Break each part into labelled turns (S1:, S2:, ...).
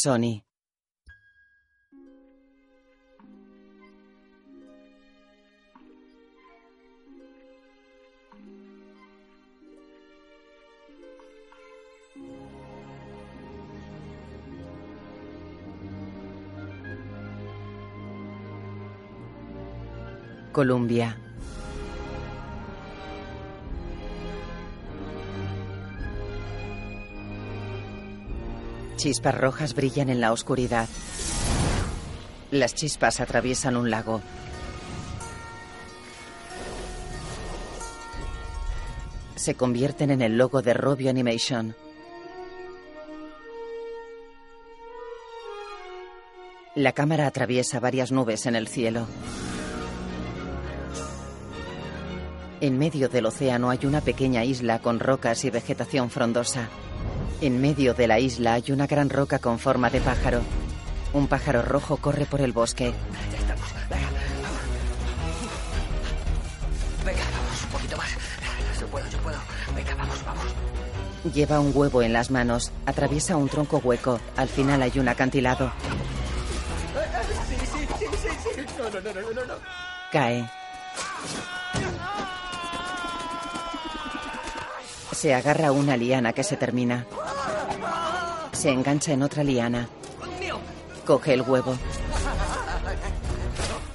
S1: Sony. Columbia. Chispas rojas brillan en la oscuridad. Las chispas atraviesan un lago. Se convierten en el logo de Robio Animation. La cámara atraviesa varias nubes en el cielo. En medio del océano hay una pequeña isla con rocas y vegetación frondosa. En medio de la isla hay una gran roca con forma de pájaro. Un pájaro rojo corre por el bosque.
S2: Ya estamos. Venga, vamos. Venga, vamos, un poquito más. Yo puedo, yo puedo. Venga, vamos, vamos.
S1: Lleva un huevo en las manos, atraviesa un tronco hueco, al final hay un acantilado.
S2: Sí, sí, sí, sí, sí. No, no, no, no, no, no.
S1: Cae. Se agarra a una liana que se termina. Se engancha en otra liana. Coge el huevo.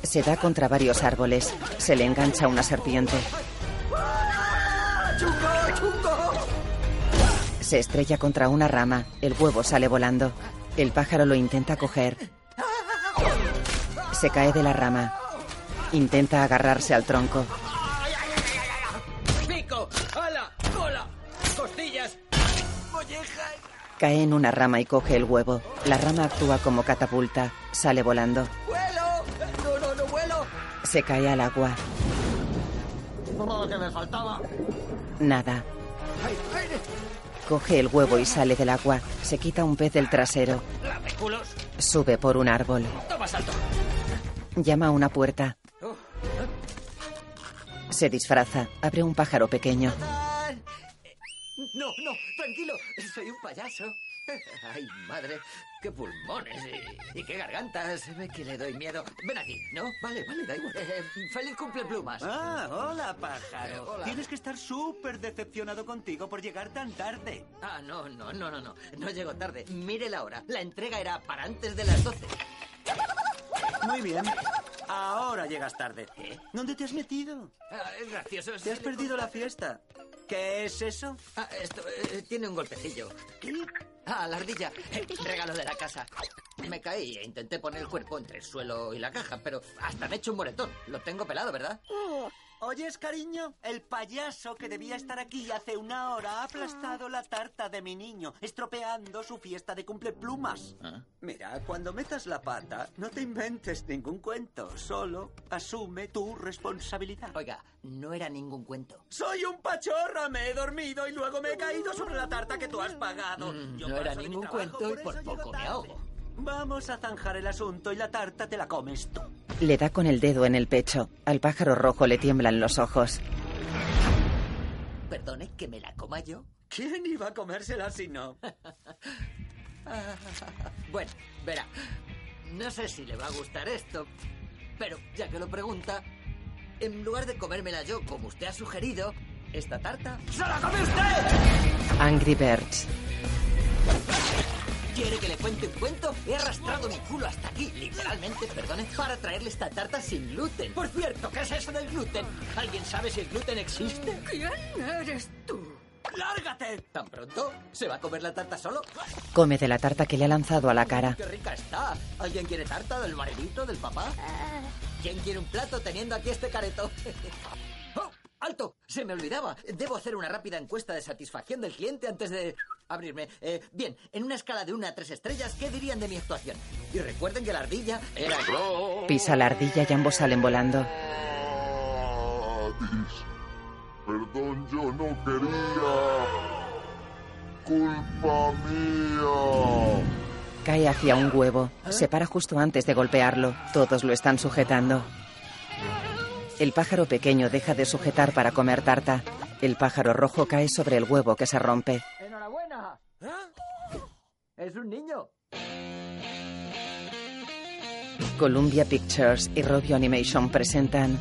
S1: Se da contra varios árboles. Se le engancha una serpiente. Se estrella contra una rama. El huevo sale volando. El pájaro lo intenta coger. Se cae de la rama. Intenta agarrarse al tronco.
S2: ¡Ay, ay, ay, ay, ay, ay! Pico, ala, cola, costillas, mollejas.
S1: Cae en una rama y coge el huevo. La rama actúa como catapulta. Sale volando.
S2: ¡Vuelo! No, no, no vuelo.
S1: Se cae al agua.
S2: Todo lo que me faltaba.
S1: Nada.
S2: ¡Ay, aire!
S1: Coge el huevo y sale del agua. Se quita un pez del trasero.
S2: ¡Lame culos!
S1: Sube por un árbol.
S2: ¡Toma salto!
S1: Llama a una puerta.
S2: Uf.
S1: Se disfraza. Abre un pájaro pequeño.
S2: ¡Tan! No, no, tranquilo, soy un payaso. Ay, madre, qué pulmones y, y qué garganta. Se ve que le doy miedo. Ven aquí, ¿no? Vale, vale, da igual. Eh, feliz cumple plumas.
S3: Ah, hola, pájaro.
S2: Eh, hola.
S3: Tienes que estar súper decepcionado contigo por llegar tan tarde.
S2: Ah, no, no, no, no, no. No llego tarde. Mire la hora. La entrega era para antes de las 12.
S3: Muy bien. Ahora llegas tarde. ¿Eh? ¿Dónde te has metido?
S2: Ah, es gracioso. sí,
S3: Te has
S2: le-
S3: perdido la fiesta. ¿Qué es eso?
S2: Ah, esto eh, tiene un golpecillo. Ah, la ardilla. Eh, Regalo de la casa. Me caí e intenté poner el cuerpo entre el suelo y la caja, pero hasta me he hecho un moretón. Lo tengo pelado, ¿verdad?
S3: Oyes, cariño, el payaso que debía estar aquí hace una hora ha aplastado la tarta de mi niño, estropeando su fiesta de cumpleplumas. Mira, cuando metas la pata, no te inventes ningún cuento, solo asume tu responsabilidad.
S2: Oiga, no era ningún cuento.
S3: Soy un pachorra, me he dormido y luego me he caído sobre la tarta que tú has pagado.
S2: Mm,
S3: Yo
S2: no
S3: por
S2: era
S3: eso de mi
S2: ningún
S3: trabajo,
S2: cuento y por
S3: eso llego
S2: poco me
S3: tarde.
S2: ahogo.
S3: Vamos a zanjar el asunto y la tarta te la comes tú.
S1: Le da con el dedo en el pecho. Al pájaro rojo le tiemblan los ojos.
S2: Perdone que me la coma yo.
S3: ¿Quién iba a comérsela si no?
S2: Bueno, verá. No sé si le va a gustar esto, pero ya que lo pregunta, en lugar de comérmela yo, como usted ha sugerido, esta tarta. ¡Se la come usted!
S1: Angry Birds.
S2: ¿Quiere que le cuente un cuento? He arrastrado mi culo hasta aquí, literalmente, perdone, para traerle esta tarta sin gluten. Por cierto, ¿qué es eso del gluten? ¿Alguien sabe si el gluten existe?
S4: ¿Quién eres tú?
S3: ¡Lárgate!
S2: ¿Tan pronto? ¿Se va a comer la tarta solo?
S1: Come de la tarta que le ha lanzado a la cara.
S2: ¡Qué rica está! ¿Alguien quiere tarta del maridito, del papá? ¿Quién quiere un plato teniendo aquí este careto? ¡Oh! ¡Alto! Se me olvidaba. Debo hacer una rápida encuesta de satisfacción del cliente antes de abrirme. Eh, bien, en una escala de una a tres estrellas, ¿qué dirían de mi actuación? Y recuerden que la ardilla era yo.
S1: Pisa la ardilla y ambos salen volando.
S5: Dis- Perdón, yo no quería. Culpa mía.
S1: Cae hacia un huevo. Se para justo antes de golpearlo. Todos lo están sujetando. El pájaro pequeño deja de sujetar para comer tarta. El pájaro rojo cae sobre el huevo que se rompe.
S2: ¡Enhorabuena! Es un niño.
S1: Columbia Pictures y Robio Animation presentan.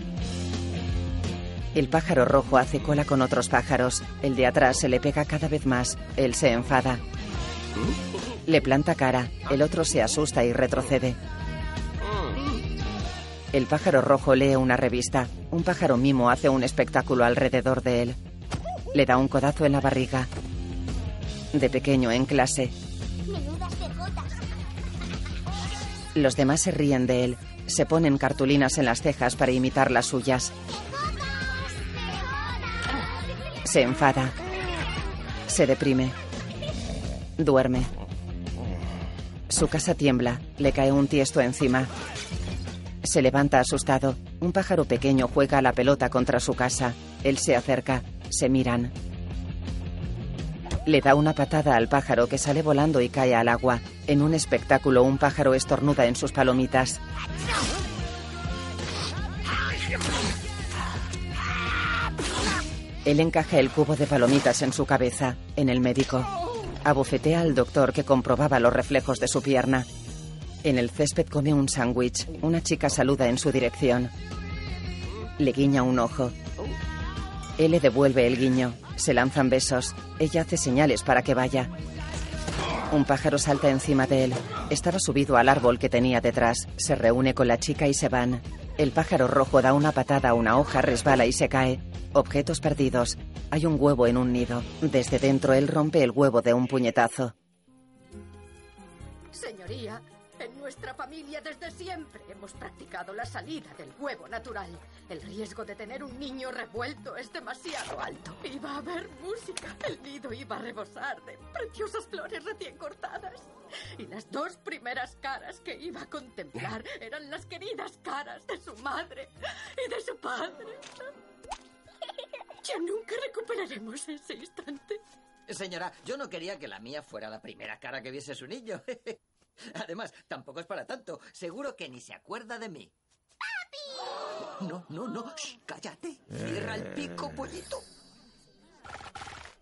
S1: El pájaro rojo hace cola con otros pájaros. El de atrás se le pega cada vez más. Él se enfada. Le planta cara. El otro se asusta y retrocede. El pájaro rojo lee una revista. Un pájaro mimo hace un espectáculo alrededor de él. Le da un codazo en la barriga. De pequeño en clase,
S6: Menudas cejotas.
S1: los demás se ríen de él. Se ponen cartulinas en las cejas para imitar las suyas. Se enfada. Se deprime. Duerme. Su casa tiembla. Le cae un tiesto encima. Se levanta asustado. Un pájaro pequeño juega a la pelota contra su casa. Él se acerca. Se miran. Le da una patada al pájaro que sale volando y cae al agua. En un espectáculo un pájaro estornuda en sus palomitas. Él encaja el cubo de palomitas en su cabeza, en el médico. Abofetea al doctor que comprobaba los reflejos de su pierna. En el césped come un sándwich. Una chica saluda en su dirección. Le guiña un ojo. Él le devuelve el guiño. Se lanzan besos. Ella hace señales para que vaya. Un pájaro salta encima de él. Estaba subido al árbol que tenía detrás. Se reúne con la chica y se van. El pájaro rojo da una patada a una hoja, resbala y se cae. Objetos perdidos. Hay un huevo en un nido. Desde dentro él rompe el huevo de un puñetazo.
S4: Señoría, en nuestra familia desde siempre hemos practicado la salida del huevo natural. El riesgo de tener un niño revuelto es demasiado alto. Iba a haber música. El nido iba a rebosar de preciosas flores recién cortadas. Y las dos primeras caras que iba a contemplar eran las queridas caras de su madre y de su padre. Ya nunca recuperaremos ese instante.
S2: Señora, yo no quería que la mía fuera la primera cara que viese su niño. Además, tampoco es para tanto. Seguro que ni se acuerda de mí. ¡Papi! No, no, no. Shh, cállate. Cierra el pico, pollito.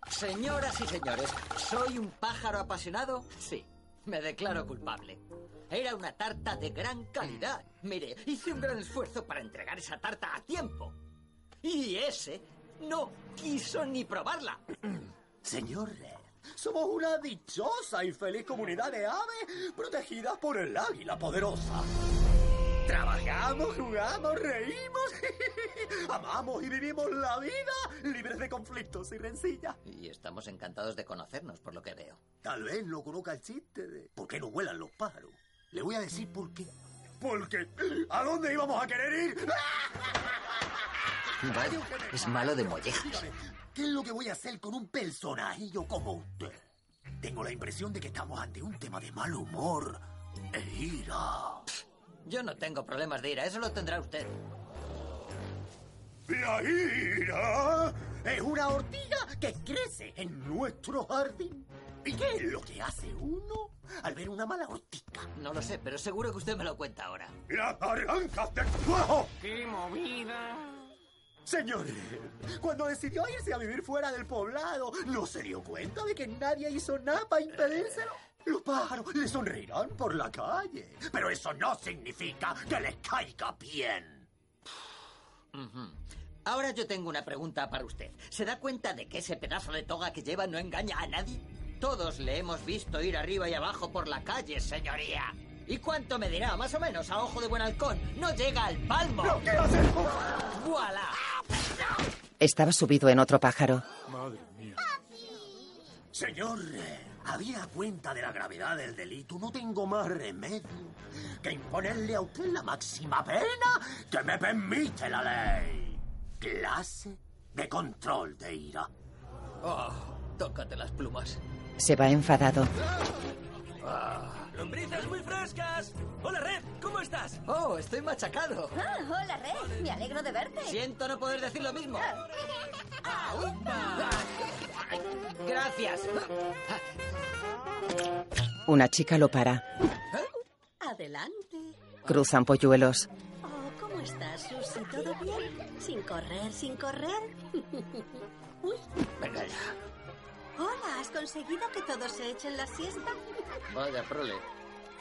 S2: Señoras y señores, ¿soy un pájaro apasionado? Sí, me declaro culpable. Era una tarta de gran calidad. Mire, hice un gran esfuerzo para entregar esa tarta a tiempo. Y ese no quiso ni probarla.
S3: Señor somos una dichosa y feliz comunidad de aves protegidas por el águila poderosa. Trabajamos, jugamos, reímos, amamos y vivimos la vida libres de conflictos y rencillas.
S2: Y estamos encantados de conocernos, por lo que veo.
S3: Tal vez no conozca el chiste de ¿por qué no vuelan los pájaros? Le voy a decir por qué. Porque ¿a dónde íbamos a querer ir?
S2: Vaya, es malo de mollejas.
S3: ¿Qué es lo que voy a hacer con un personajillo como usted? Tengo la impresión de que estamos ante un tema de mal humor e ira.
S2: Yo no tengo problemas de ira, eso lo tendrá usted.
S3: La ira es una ortiga que crece en nuestro jardín. ¿Y qué es lo que hace uno al ver una mala ortiga?
S2: No lo sé, pero seguro que usted me lo cuenta ahora.
S3: ¡Las arrancas de cuajo!
S7: ¡Qué movida!
S3: Señores, cuando decidió irse a vivir fuera del poblado, ¿no se dio cuenta de que nadie hizo nada para impedírselo? Los pájaros le sonreirán por la calle, pero eso no significa que les caiga bien.
S2: Ahora yo tengo una pregunta para usted. ¿Se da cuenta de que ese pedazo de toga que lleva no engaña a nadie? Todos le hemos visto ir arriba y abajo por la calle, señoría. ¿Y cuánto me dirá, más o menos, a ojo de buen halcón? ¡No llega al palmo!
S3: ¿Lo que hace?
S2: ¡Voilà!
S1: Estaba subido en otro pájaro.
S3: Señor, había cuenta de la gravedad del delito, no tengo más remedio que imponerle a usted la máxima pena que me permite la ley. Clase de control de ira.
S2: Oh, tócate las plumas.
S1: Se va enfadado.
S2: Ah.
S7: ¡Lombrices muy frescas! ¡Hola, Red! ¿Cómo estás?
S2: ¡Oh, estoy machacado!
S6: Ah, hola, Red. Me alegro de verte. Ah.
S2: Siento no poder decir lo mismo. Ah, Gracias.
S7: Ah.
S1: Una chica lo para.
S8: Adelante.
S1: Cruzan polluelos.
S8: Oh, ¿cómo estás, Susi? ¿Todo bien? ¿Sin correr, sin correr? Uy,
S2: Venga ya.
S8: hola, ¿Has conseguido que todos se echen la siesta?
S2: Vaya, prole.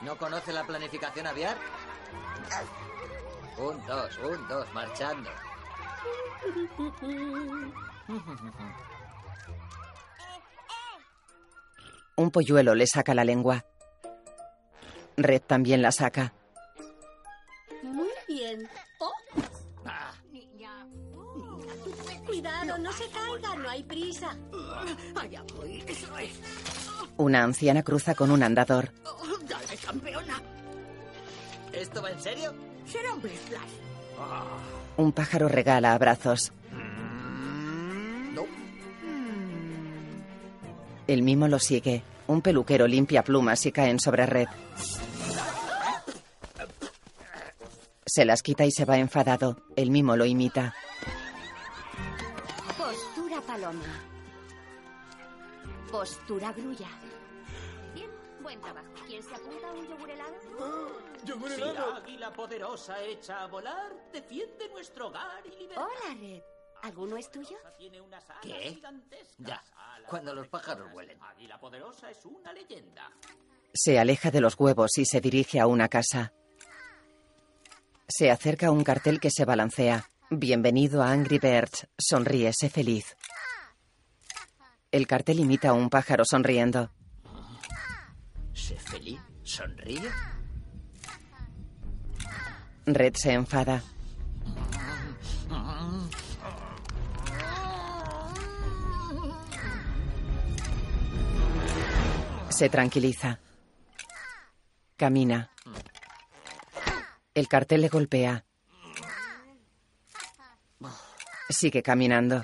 S2: ¿No conoce la planificación aviar? Un, dos, un, dos, marchando.
S1: Un polluelo le saca la lengua. Red también la saca.
S8: Muy bien. Oh,
S2: Ah.
S8: cuidado, no se caiga, no hay prisa.
S9: Allá voy, eso es.
S1: Una anciana cruza con un andador.
S9: Oh, dale, campeona.
S2: ¿Esto va en serio?
S9: Será un Blitzlash.
S2: Ah.
S1: Un pájaro regala abrazos. El mimo lo sigue. Un peluquero limpia plumas y caen sobre red. Se las quita y se va enfadado. El mimo lo imita.
S10: Postura paloma. Postura grulla.
S11: Bien, buen trabajo. ¿Quién se apunta a un yogur helado?
S4: Oh,
S7: Si la águila poderosa echa a volar, defiende nuestro hogar y libertad.
S10: Hola, Red. ¿Alguno es tuyo?
S7: Tiene unas alas
S2: ¿Qué?
S7: gigantescas.
S2: Ya, cuando los pájaros vuelen.
S7: Águila poderosa es una leyenda.
S1: Se aleja de los huevos y se dirige a una casa. Se acerca a un cartel que se balancea. Bienvenido a Angry Birds. Sonríe, sé feliz. El cartel imita a un pájaro sonriendo.
S2: ¿Se feliz? ¿Sonríe?
S1: Red se enfada.
S2: Ah.
S1: Se tranquiliza. Camina. El cartel le golpea. Sigue caminando.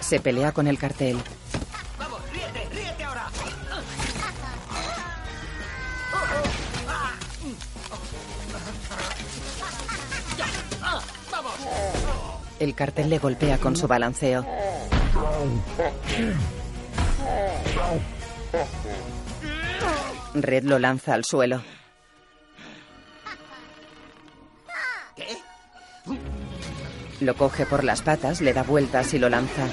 S1: Se pelea con el cartel.
S2: ¡Vamos, ríete, ríete ahora!
S1: El cartel le golpea con su balanceo. Red lo lanza al suelo.
S2: ¿Qué?
S1: Lo coge por las patas, le da vueltas y lo lanza.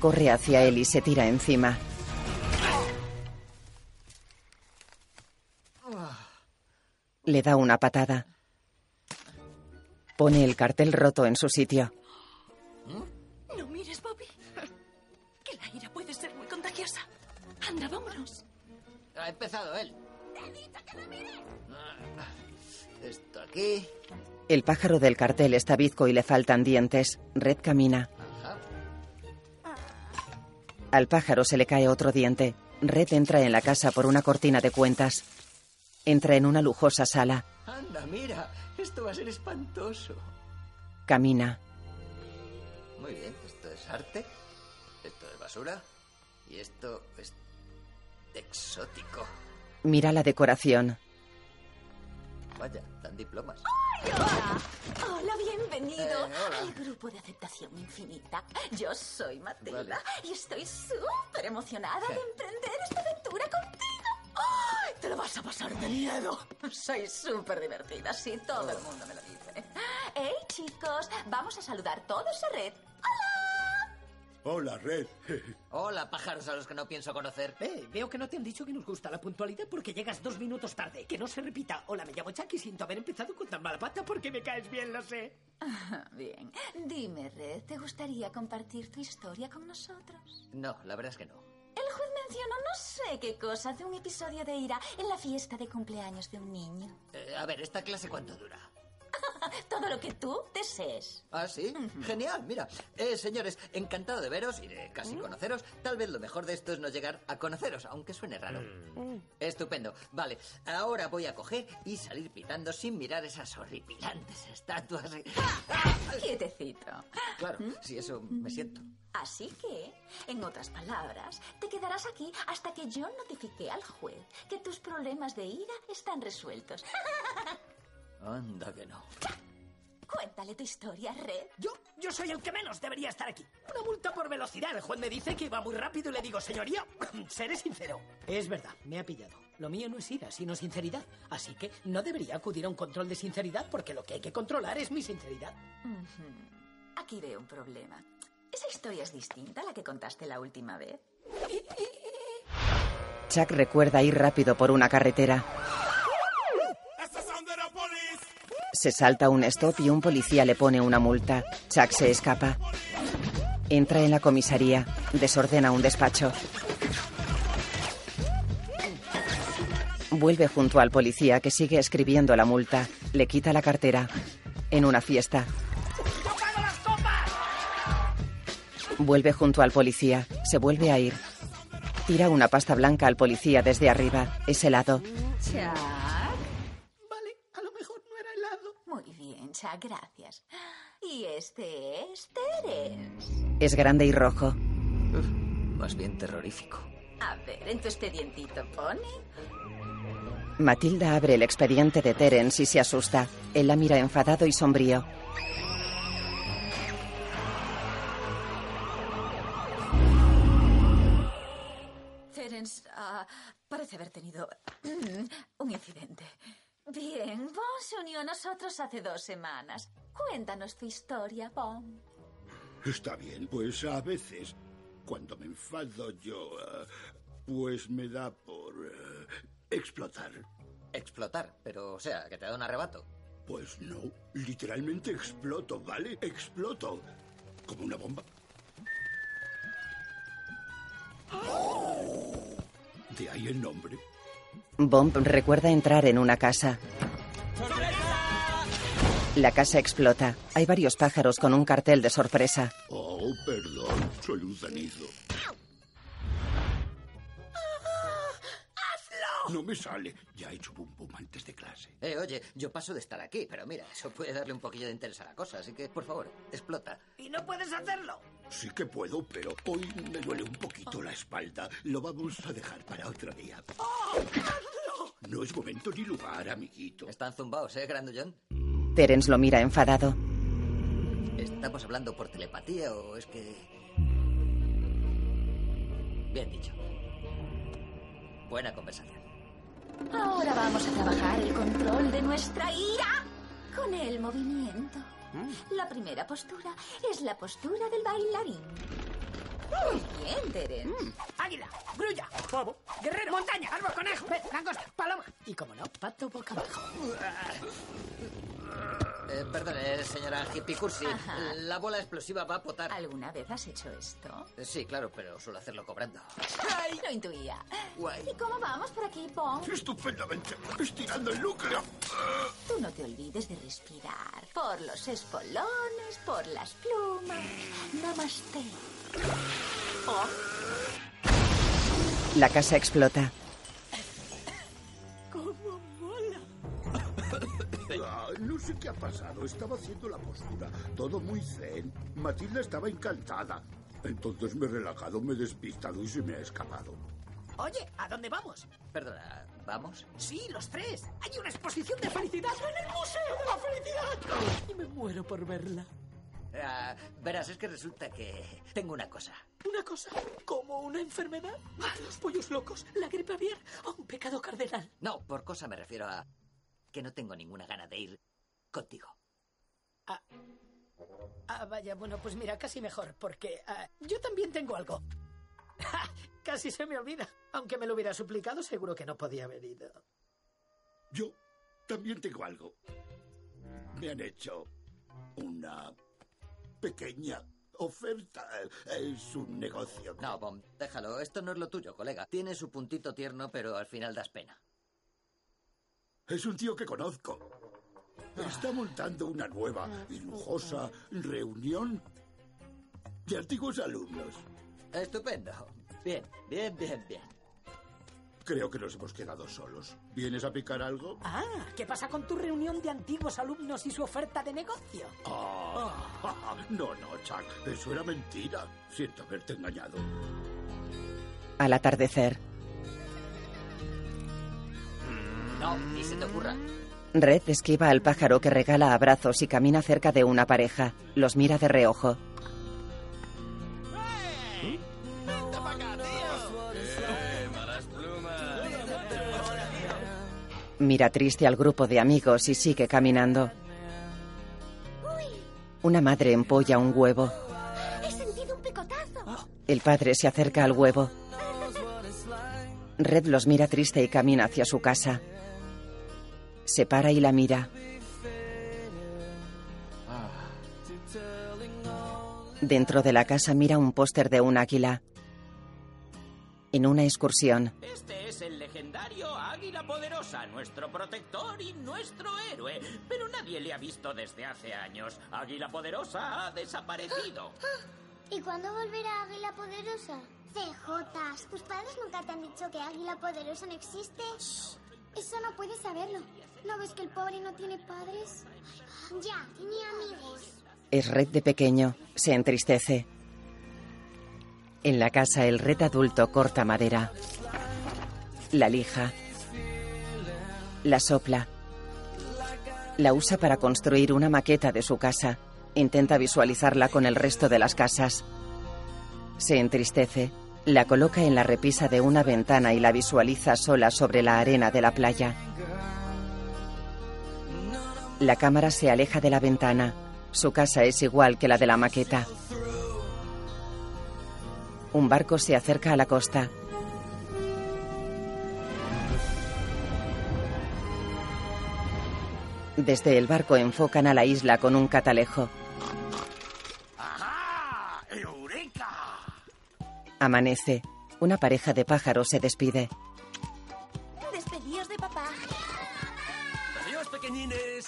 S1: Corre hacia él y se tira encima. Le da una patada. Pone el cartel roto en su sitio.
S9: No mires, Bobby. Que la ira puede ser muy contagiosa. Anda, vámonos.
S2: Ha empezado él. Ah,
S9: ¡Te he dicho que no mires!
S2: Esto aquí.
S1: El pájaro del cartel está bizco y le faltan dientes. Red camina. Al pájaro se le cae otro diente. Red entra en la casa por una cortina de cuentas. Entra en una lujosa sala.
S2: Anda, mira. Esto va a ser espantoso.
S1: Camina.
S2: Muy bien, esto es arte. Esto es basura. Y esto es exótico.
S1: Mira la decoración.
S2: Vaya, dan diplomas.
S12: Hola, bienvenido
S2: Eh, hola.
S12: al grupo de aceptación infinita. Yo soy Matilda
S2: Vale.
S12: y estoy súper emocionada de emprender esta aventura contigo. ¡Ay, te lo vas a pasar de miedo! Soy súper divertida, sí, todo
S2: Oh.
S12: el mundo me lo dice. ¡Hey, chicos! Vamos a saludar todos a Red.
S3: Hola, Red.
S2: Hola, pájaros a los que no pienso conocer.
S13: Eh, veo que no te han dicho que nos gusta la puntualidad porque llegas dos minutos tarde. Que no se repita. Hola, me llamo Chuck y siento haber empezado con tan mala pata porque me caes bien, lo sé.
S12: Bien. Dime, Red, ¿te gustaría compartir tu historia con nosotros?
S2: No, la verdad es que no.
S12: El juez mencionó no sé qué cosa de un episodio de ira en la fiesta de cumpleaños de un niño.
S2: Eh, a ver, ¿esta clase cuánto dura?
S12: Todo lo que tú desees.
S2: ¿Ah, sí? Genial, mira. Eh, señores, encantado de veros y de
S12: ¿Mm?
S2: casi conoceros. Tal vez lo mejor de esto es no llegar a conoceros, aunque suene raro.
S5: Mm,
S2: Estupendo. Vale, ahora voy a coger y salir pitando sin mirar esas horripilantes estatuas.
S12: Quietecito.
S2: Claro,
S12: ¿Mm?
S2: si eso me siento.
S12: Así que, en otras palabras, te quedarás aquí hasta que yo notifique al juez que tus problemas de ira están resueltos.
S2: Anda que no.
S12: Cuéntale tu historia, Red.
S13: Yo, yo soy el que menos debería estar aquí. Una multa por velocidad. El juez me dice que iba muy rápido y le digo, señoría, seré sincero. Es verdad, me ha pillado. Lo mío no es ira, sino sinceridad. Así que no debería acudir a un control de sinceridad porque lo que hay que controlar es mi sinceridad.
S12: Ujú. Aquí veo un problema. Esa historia es distinta a la que contaste la última vez.
S1: Chuck recuerda ir rápido por una carretera. Se salta un stop y un policía le pone una multa. Chuck se escapa. Entra en la comisaría. Desordena un despacho. Vuelve junto al policía que sigue escribiendo la multa. Le quita la cartera. En una fiesta. Vuelve junto al policía. Se vuelve a ir. Tira una pasta blanca al policía desde arriba. Es helado.
S12: Vale, a lo mejor no era helado. Muy bien, Chuck, gracias. Y este es Terence.
S1: Es grande y rojo.
S2: Más bien terrorífico.
S12: A ver, en tu expedientito pone.
S1: Matilda abre el expediente de Terence y se asusta. Él la mira enfadado y sombrío.
S12: Terence ah, parece haber tenido mm, un incidente. Bien, Bon se unió a nosotros hace dos semanas. Cuéntanos tu historia, Bon.
S14: Está bien, pues a veces, cuando me enfado yo, eh, pues me da por eh, explotar.
S2: Explotar, pero o sea, que te da un arrebato.
S14: Pues no, literalmente exploto, ¿vale? Exploto. Como una bomba.
S3: ¡Ah!
S14: De ahí el nombre.
S1: Bomb recuerda entrar en una casa. La casa explota. Hay varios pájaros con un cartel de sorpresa.
S14: Oh, perdón, soy un cenizo.
S12: ¡Ah!
S14: ¡Hazlo! No me sale. Ya he hecho bum bum antes de clase.
S2: Eh, oye, yo paso de estar aquí, pero mira, eso puede darle un poquillo de interés a la cosa, así que, por favor, explota.
S13: Y no puedes hacerlo.
S14: Sí que puedo, pero hoy me duele un poquito la espalda. Lo vamos a dejar para otro día.
S12: ¡Oh!
S14: No es momento ni lugar, amiguito.
S2: Están zumbaos, ¿eh, Grandullón?
S1: Terence lo mira enfadado.
S2: ¿Estamos hablando por telepatía o es que...? Bien dicho. Buena conversación.
S12: Ahora vamos a trabajar el control de nuestra ira con el movimiento.
S13: Mm.
S12: La primera postura es la postura del bailarín. Muy bien, Terence.
S13: Mm. Águila, grulla, pavo, guerrero, montaña, árbol, conejo, pez, langosta, paloma. Y como no, pato boca abajo.
S2: Eh, perdone, señora Hippie Cursi.
S12: Ajá.
S2: La bola explosiva va a potar. Eh,
S12: ¿Alguna vez has hecho esto?
S2: Sí, claro, pero suelo hacerlo cobrando.
S12: ¡Ay! Lo intuía.
S2: Guay.
S12: ¿Y cómo vamos por aquí, Pong?
S14: Estupendamente. Estirando el núcleo.
S12: Tú no te olvides de respirar. Por los espolones, por las plumas. Namaste. Oh,
S1: La casa explota.
S14: ¿Cómo mola? Ah, no sé qué ha pasado. Estaba haciendo la postura. Todo muy zen. Matilda estaba encantada. Entonces me he relajado, me he despistado y se me ha escapado.
S13: Oye, ¿a dónde vamos?
S2: Perdona, ¿vamos?
S13: Sí, los tres. Hay una exposición de felicidad en el Museo de la Felicidad. Y me muero por verla.
S2: Ah, verás, es que resulta que tengo una cosa.
S13: Una cosa, como una enfermedad, Ah, los pollos locos, la gripe aviar o un pecado cardenal.
S2: No, por cosa me refiero a que no tengo ninguna gana de ir contigo.
S13: Ah, vaya, bueno, pues mira, casi mejor, porque ah, yo también tengo algo. Ja, casi se me olvida. Aunque me lo hubiera suplicado, seguro que no podía haber ido.
S14: Yo también tengo algo. Me han hecho una pequeña oferta. eh, Es un negocio.
S2: No, Bom, déjalo. Esto no es lo tuyo, colega. Tiene su puntito tierno, pero al final das pena.
S14: Es un tío que conozco. Está montando una nueva y lujosa reunión de antiguos alumnos.
S2: Estupendo. Bien, bien, bien, bien.
S14: Creo que nos hemos quedado solos. ¿Vienes a picar algo?
S13: Ah, ¿qué pasa con tu reunión de antiguos alumnos y su oferta de negocio?
S14: Ah, no, no, Chuck. Eso era mentira. Siento haberte engañado.
S1: Al atardecer,
S2: No, ni se te ocurra.
S1: Red esquiva al pájaro que regala abrazos y camina cerca de una pareja. Los mira de reojo. Mira triste al grupo de amigos y sigue caminando. Una madre empolla un huevo.
S6: He sentido
S1: El padre se acerca al huevo. Red los mira triste y camina hacia su casa. Se para y la mira. Dentro de la casa mira un póster de un águila. En una excursión,
S7: Este es el legendario Águila Poderosa, nuestro protector y nuestro héroe. Pero nadie le ha visto desde hace años. Águila Poderosa ha desaparecido.
S6: ¿Y cuándo volverá Águila Poderosa? CJ, ¿tus padres nunca te han dicho que Águila Poderosa no existe? Eso no puedes saberlo. ¿No ves que el pobre no tiene padres? Ya, ni amigos.
S1: es Red de pequeño. Se entristece. En la casa, el Red adulto corta madera. La lija. La sopla. La usa para construir una maqueta de su casa. Intenta visualizarla con el resto de las casas. Se entristece. La coloca en la repisa de una ventana y la visualiza sola sobre la arena de la playa. La cámara se aleja de la ventana. Su casa es igual que la de la maqueta. Un barco se acerca a la costa. Desde el barco enfocan a la isla con un catalejo. Amanece. Una pareja de pájaros se despide.
S8: Despedíos de papá.
S3: Adiós, pequeñines.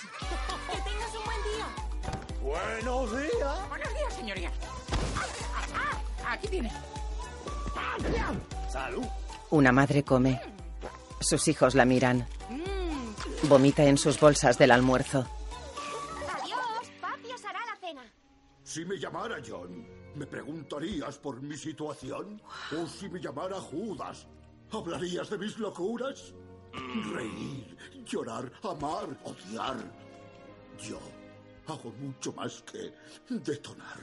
S8: Que tengas un buen día.
S3: Buenos días.
S7: Buenos días, señoría. Aquí tiene.
S3: Salud.
S1: Una madre come. Sus hijos la miran.
S6: Mm,
S1: Vomita en sus bolsas del almuerzo.
S6: Adiós, papi os hará la cena.
S14: Si me llamara John, ¿me preguntarías por mi situación? ¿O si me llamara Judas, hablarías de mis locuras? Reír, llorar, amar, odiar. Yo hago mucho más que detonar.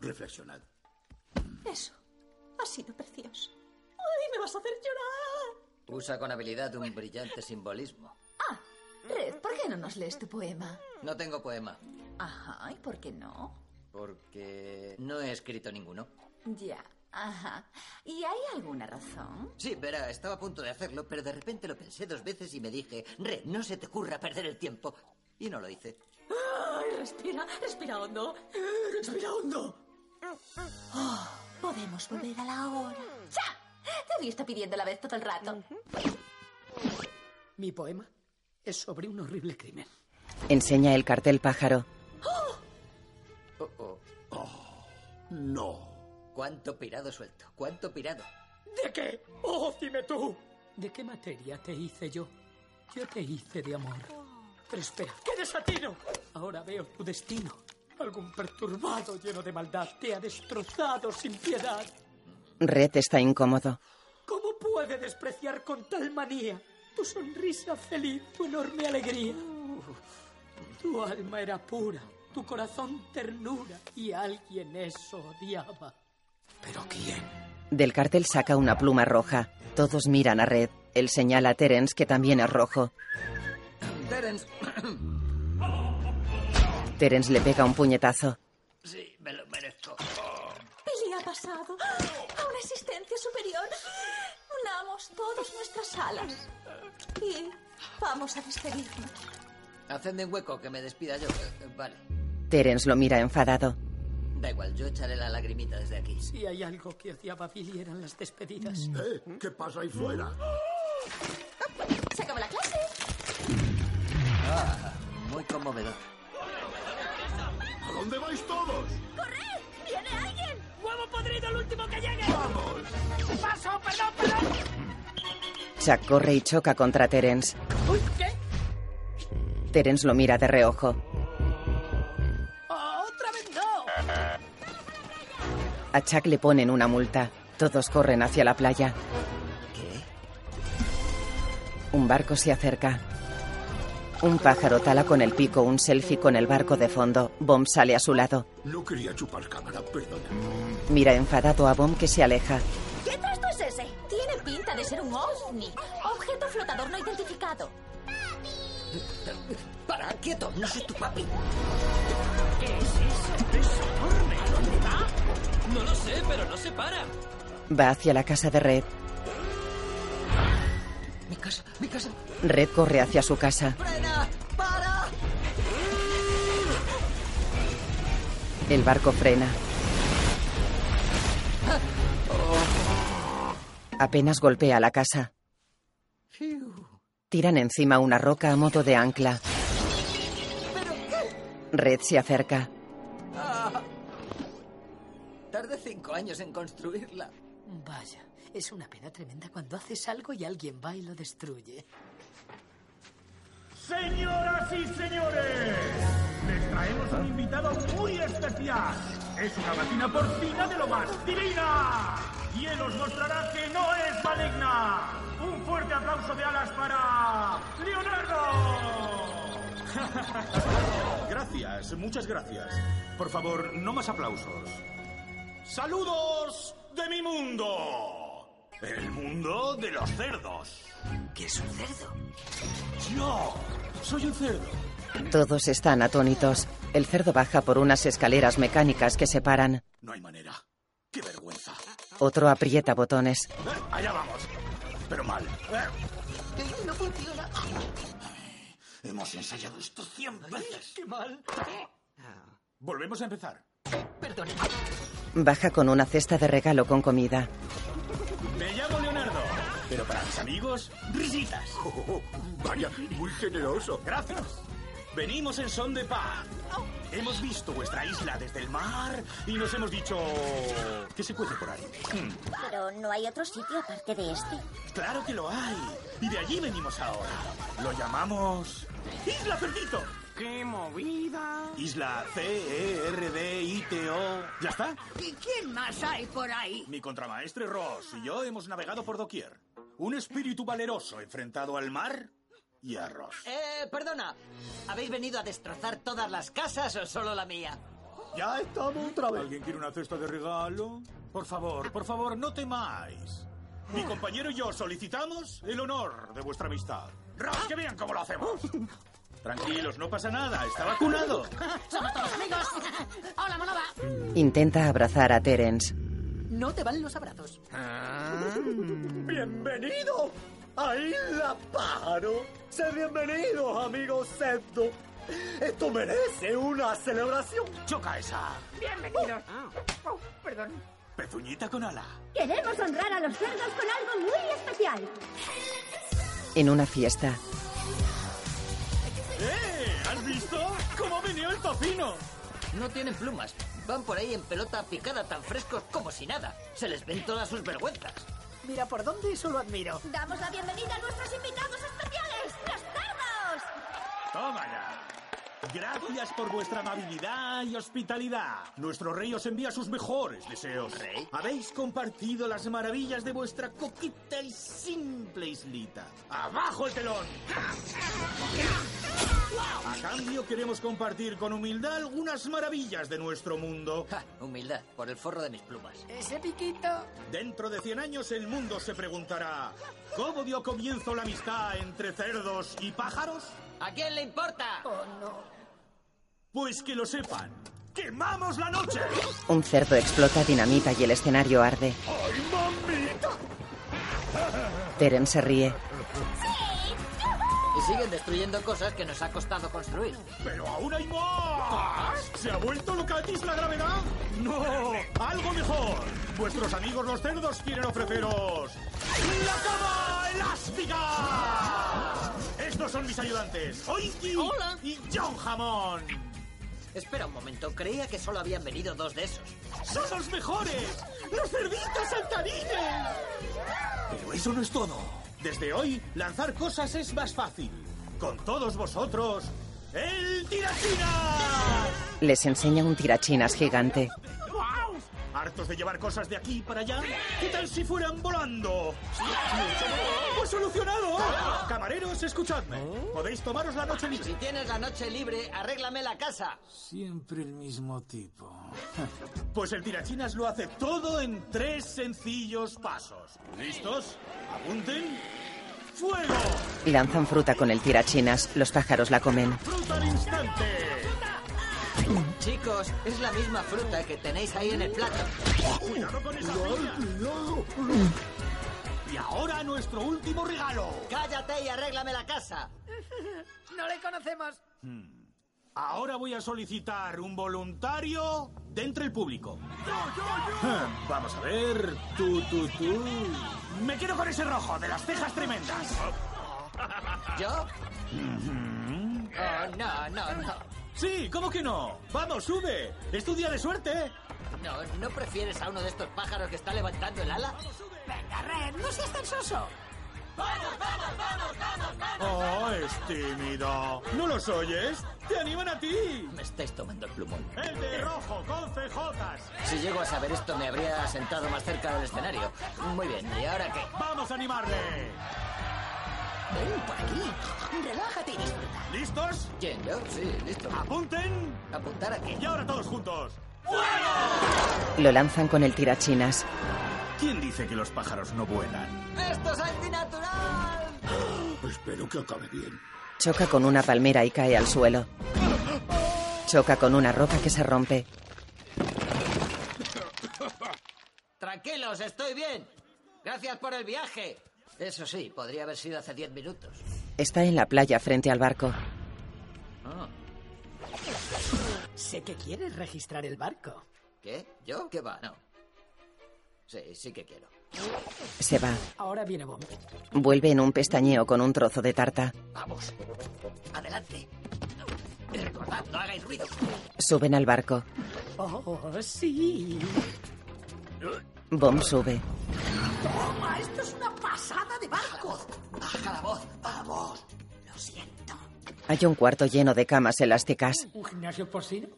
S14: Reflexionad.
S9: Eso. Ha sido precioso. ¡Ay, me vas a hacer llorar!
S2: Usa con habilidad un brillante simbolismo.
S12: Red, ¿por qué no nos lees tu poema?
S2: No tengo poema,
S12: Ajá, ¿y por qué no?
S2: porque no he escrito ninguno.
S12: Ya, ajá. ¿Y hay alguna razón?
S2: Sí, verá, estaba a punto de hacerlo, pero de repente lo pensé dos veces y me dije, Red, no se te ocurra perder el tiempo. Y no lo hice.
S9: ¡Ay, respira! ¡Respira hondo! ¡Respira hondo!
S12: Oh, Podemos volver a la hora. ¡Ya! Te he visto pidiendo la vez todo el rato.
S13: Mi poema es sobre un horrible crimen.
S1: Enseña el cartel pájaro.
S2: Oh,
S13: Oh,
S14: No.
S2: ¿Cuánto pirado suelto? ¿Cuánto pirado?
S13: ¿De qué? ¡Oh, dime tú! ¿De qué materia te hice yo? Yo te hice de amor. Pero espera, ¡qué desatino! Ahora veo tu destino. Algún perturbado lleno de maldad te ha destrozado sin piedad.
S1: Red está incómodo.
S13: ¿Cómo puede despreciar con tal manía tu sonrisa feliz, tu enorme alegría?
S5: Uh,
S13: Tu alma era pura, tu corazón ternura y alguien eso odiaba.
S1: Del cartel saca una pluma roja. Todos miran a Red. Él señala a Terence, que también es rojo.
S2: Terence.
S1: Terence le pega un puñetazo.
S2: sí, me lo merezco.
S8: Peli ha pasado a una existencia superior. Unamos todas nuestras alas.
S12: Y vamos a despedirnos.
S2: Hacedme un hueco que me despida yo. Eh, Vale.
S1: Terence lo mira enfadado.
S2: Da igual, yo echaré la lagrimita desde aquí.
S13: Si hay algo que odiaba Billy eran las despedidas.
S3: Mm.
S14: ¿Eh? ¿Qué pasa ahí fuera?
S12: ¡Se acabó la clase!
S2: Ah, muy conmovedor.
S14: ¿A dónde vais todos?
S8: ¡Corred! ¡Viene alguien!
S7: ¡Huevo podrido, el último que llegue! ¡Vamos! ¡Paso, perdón, perdón!
S1: Chuck corre y choca contra Terence. Terence lo mira de reojo.
S7: ¡Oh, ¡Otra vez no!
S1: A Chuck le ponen una multa. Todos corren hacia la playa. Un barco se acerca. Un pájaro tala con el pico un selfie con el barco de fondo. Bomb sale a su lado.
S14: No quería chupar cámara, perdona.
S1: Mira enfadado a Bomb que se aleja.
S12: ¿Qué trasto es ese? Tiene pinta de ser un ovni. Objeto flotador no identificado.
S2: Para, quieto, no soy tu papi.
S7: ¿Qué es eso? ¿Es enorme? ¿A dónde va?
S5: No lo sé, pero no se para.
S1: Va hacia la casa de Red.
S2: Mi casa, mi casa.
S1: Red corre hacia su casa.
S2: ¡Frena! ¡Para!
S1: El barco frena. Apenas golpea la casa. Tiran encima una roca a modo de ancla. Red se acerca.
S2: Ah. Tardé cinco años en construirla.
S13: Vaya, es una pena tremenda cuando haces algo y alguien va y lo destruye.
S15: Señoras y señores, les traemos un invitado muy especial. Es una vacina porcina de lo más divina. Y él os mostrará que no es maligna. Un fuerte aplauso de alas para Leonardo.
S16: Gracias, muchas gracias. Por favor, no más aplausos. ¡Saludos de mi mundo! El mundo de los cerdos.
S9: ¿Qué es un cerdo?
S16: Yo soy un cerdo.
S1: Todos están atónitos. El cerdo baja por unas escaleras mecánicas que separan.
S16: No hay manera. ¡Qué vergüenza!
S1: Otro aprieta botones.
S16: Eh, Allá vamos. Pero mal. Eh,
S2: No funciona.
S16: Hemos ensayado esto cien veces. ¡Qué mal! Volvemos a empezar.
S2: Perdone.
S1: Baja con una cesta de regalo con comida.
S16: Me llamo Leonardo. Pero para mis amigos, risitas. Oh, vaya, muy generoso. Gracias. Venimos en son de paz. Hemos visto vuestra isla desde el mar y nos hemos dicho que se cuece por ahí. Mm,
S11: Pero no hay otro sitio aparte de este.
S16: Claro que lo hay. Y de allí venimos ahora. Lo llamamos Isla Cerdito.
S15: ¡Qué movida!
S16: Isla C E R D I T O. ¿Ya está?
S9: ¿Y quién más hay por ahí?
S16: Mi contramaestre Ross y yo hemos navegado por doquier. Un espíritu valeroso enfrentado al mar y a Ross.
S2: Eh, perdona. ¿Habéis venido a destrozar todas las casas o solo la mía?
S16: Ya estamos otra vez. ¿Alguien quiere una cesta de regalo? Por favor, por favor, no temáis. Mi compañero y yo solicitamos el honor de vuestra amistad. ¡Ross, que vean cómo lo hacemos! Tranquilos, no pasa nada, está vacunado.
S4: Somos todos amigos. Hola, monova.
S1: Intenta abrazar a Terence.
S13: No te van los abrazos.
S3: Ah. ¡Bienvenido a Isla Pájaro! ¡Sé bienvenido, amigo Septo! ¡Esto merece una celebración!
S16: ¡Choca esa!
S10: Bienvenidos.
S2: Ah.
S10: perdón.
S16: Pezuñita con ala.
S10: Queremos honrar a los cerdos con algo muy especial.
S1: En una fiesta.
S16: ¡Eh! ¿Has visto? ¿Cómo ha venido el tocino?
S2: No tienen plumas. Van por ahí en pelota picada tan frescos como si nada. Se les ven todas sus vergüenzas.
S13: Mira por dónde eso lo admiro.
S11: Damos la bienvenida a nuestros invitados especiales, los cerdos.
S16: ¡Toma ya! Gracias por vuestra amabilidad y hospitalidad. Nuestro rey os envía sus mejores deseos. ¿Rey? Habéis compartido las maravillas de vuestra coqueta y simple islita. ¡Abajo el telón! A cambio queremos compartir con humildad algunas maravillas de nuestro mundo.
S2: humildad, por el forro de mis plumas.
S13: Ese piquito.
S16: Dentro de 100 años el mundo se preguntará, ¿cómo dio comienzo la amistad entre cerdos y pájaros?
S2: ¿A quién le importa?
S13: Oh, no.
S16: Pues que lo sepan. ¡Quemamos la noche!
S1: Un cerdo explota dinamita y el escenario arde.
S16: ¡Ay, mamita!
S1: Terence se ríe.
S2: Y siguen destruyendo cosas que nos ha costado construir.
S16: ¡Pero aún hay más! ¿Se ha vuelto locatis la gravedad? ¡No! ¡Algo mejor! Vuestros amigos los cerdos quieren ofreceros... ¡La cama elástica! Estos son mis ayudantes, Oinky y John Jamón.
S2: Espera un momento, creía que solo habían venido dos de esos.
S16: ¡Son los mejores! ¡Los cerditos saltarines! Pero eso no es todo. Desde hoy, lanzar cosas es más fácil. Con todos vosotros, ¡el Tirachina!
S1: Les enseña un tirachinas gigante.
S16: ¿Hartos de llevar cosas de aquí para allá? ¿Qué tal si fueran volando? ¡Pues solucionado! Camareros, escuchadme. Podéis tomaros la noche libre.
S2: Si tienes la noche libre, arréglame la casa.
S16: Siempre el mismo tipo. Pues el tirachinas lo hace todo en tres sencillos pasos. ¿Listos? ¡Apunten! ¡Fuego!
S1: Lanzan fruta con el tirachinas. Los pájaros la comen.
S16: ¡Fruta al instante!
S2: Chicos, es la misma fruta que tenéis ahí en el plato.
S16: ¡Cuidado con esa piña! Y ahora nuestro último regalo.
S2: ¡Cállate y arréglame la casa!
S13: No le conocemos.
S16: Ahora voy a solicitar un voluntario de entre el público. Hmm, Vamos a ver. Tú, tú, tú. Me quiero con ese rojo de las cejas tremendas.
S2: ¿Yo? Oh, no, no, no.
S16: Sí, ¿cómo que no? Vamos, sube. Es tu día de suerte.
S2: ¿No, ¿No prefieres a uno de estos pájaros que está levantando el ala?
S9: Venga, Red, no seas tan soso.
S16: Oh, es tímido. ¿No los oyes? ¡Te animan a ti!
S2: Me estáis tomando el plumón.
S16: El de rojo con cejotas.
S2: Si llego a saber esto, me habría sentado más cerca del escenario. Muy bien, ¿y ahora qué?
S16: ¡Vamos a animarle!
S2: Ven por aquí. Relájate y disfruta.
S16: ¿Listos?
S2: ¿Quién? Yo, sí, listo.
S16: ¡Apunten!
S2: ¿Apuntar aquí.
S16: Y ahora todos juntos.
S1: Lo lanzan con el tirachinas.
S16: ¿Quién dice que los pájaros no vuelan?
S2: ¡Esto es antinatural!
S14: Espero que acabe bien.
S1: Choca con una palmera y cae al suelo. Choca con una roca que se rompe.
S2: Tranquilos, estoy bien. Gracias por el viaje. Eso sí, podría haber sido hace 10 minutos.
S1: Está en la playa frente al barco.
S13: Sé que quieres registrar el barco.
S2: ¿Qué? ¿Yo? ¿Qué va? No. Sí, sí que quiero.
S1: Se va.
S13: Ahora viene Bob.
S1: Vuelve en un pestañeo con un trozo de tarta.
S2: Vamos. Adelante. Recordad, no hagáis ruido.
S1: Suben al barco.
S13: Oh, sí.
S1: Bomb sube.
S9: ¡Toma! ¡Esto es una pasada de barco!
S2: Baja la voz.
S5: Ah,
S2: Vamos.
S9: Lo siento.
S1: Hay un cuarto lleno de camas elásticas.
S13: ¿Un gimnasio porcino?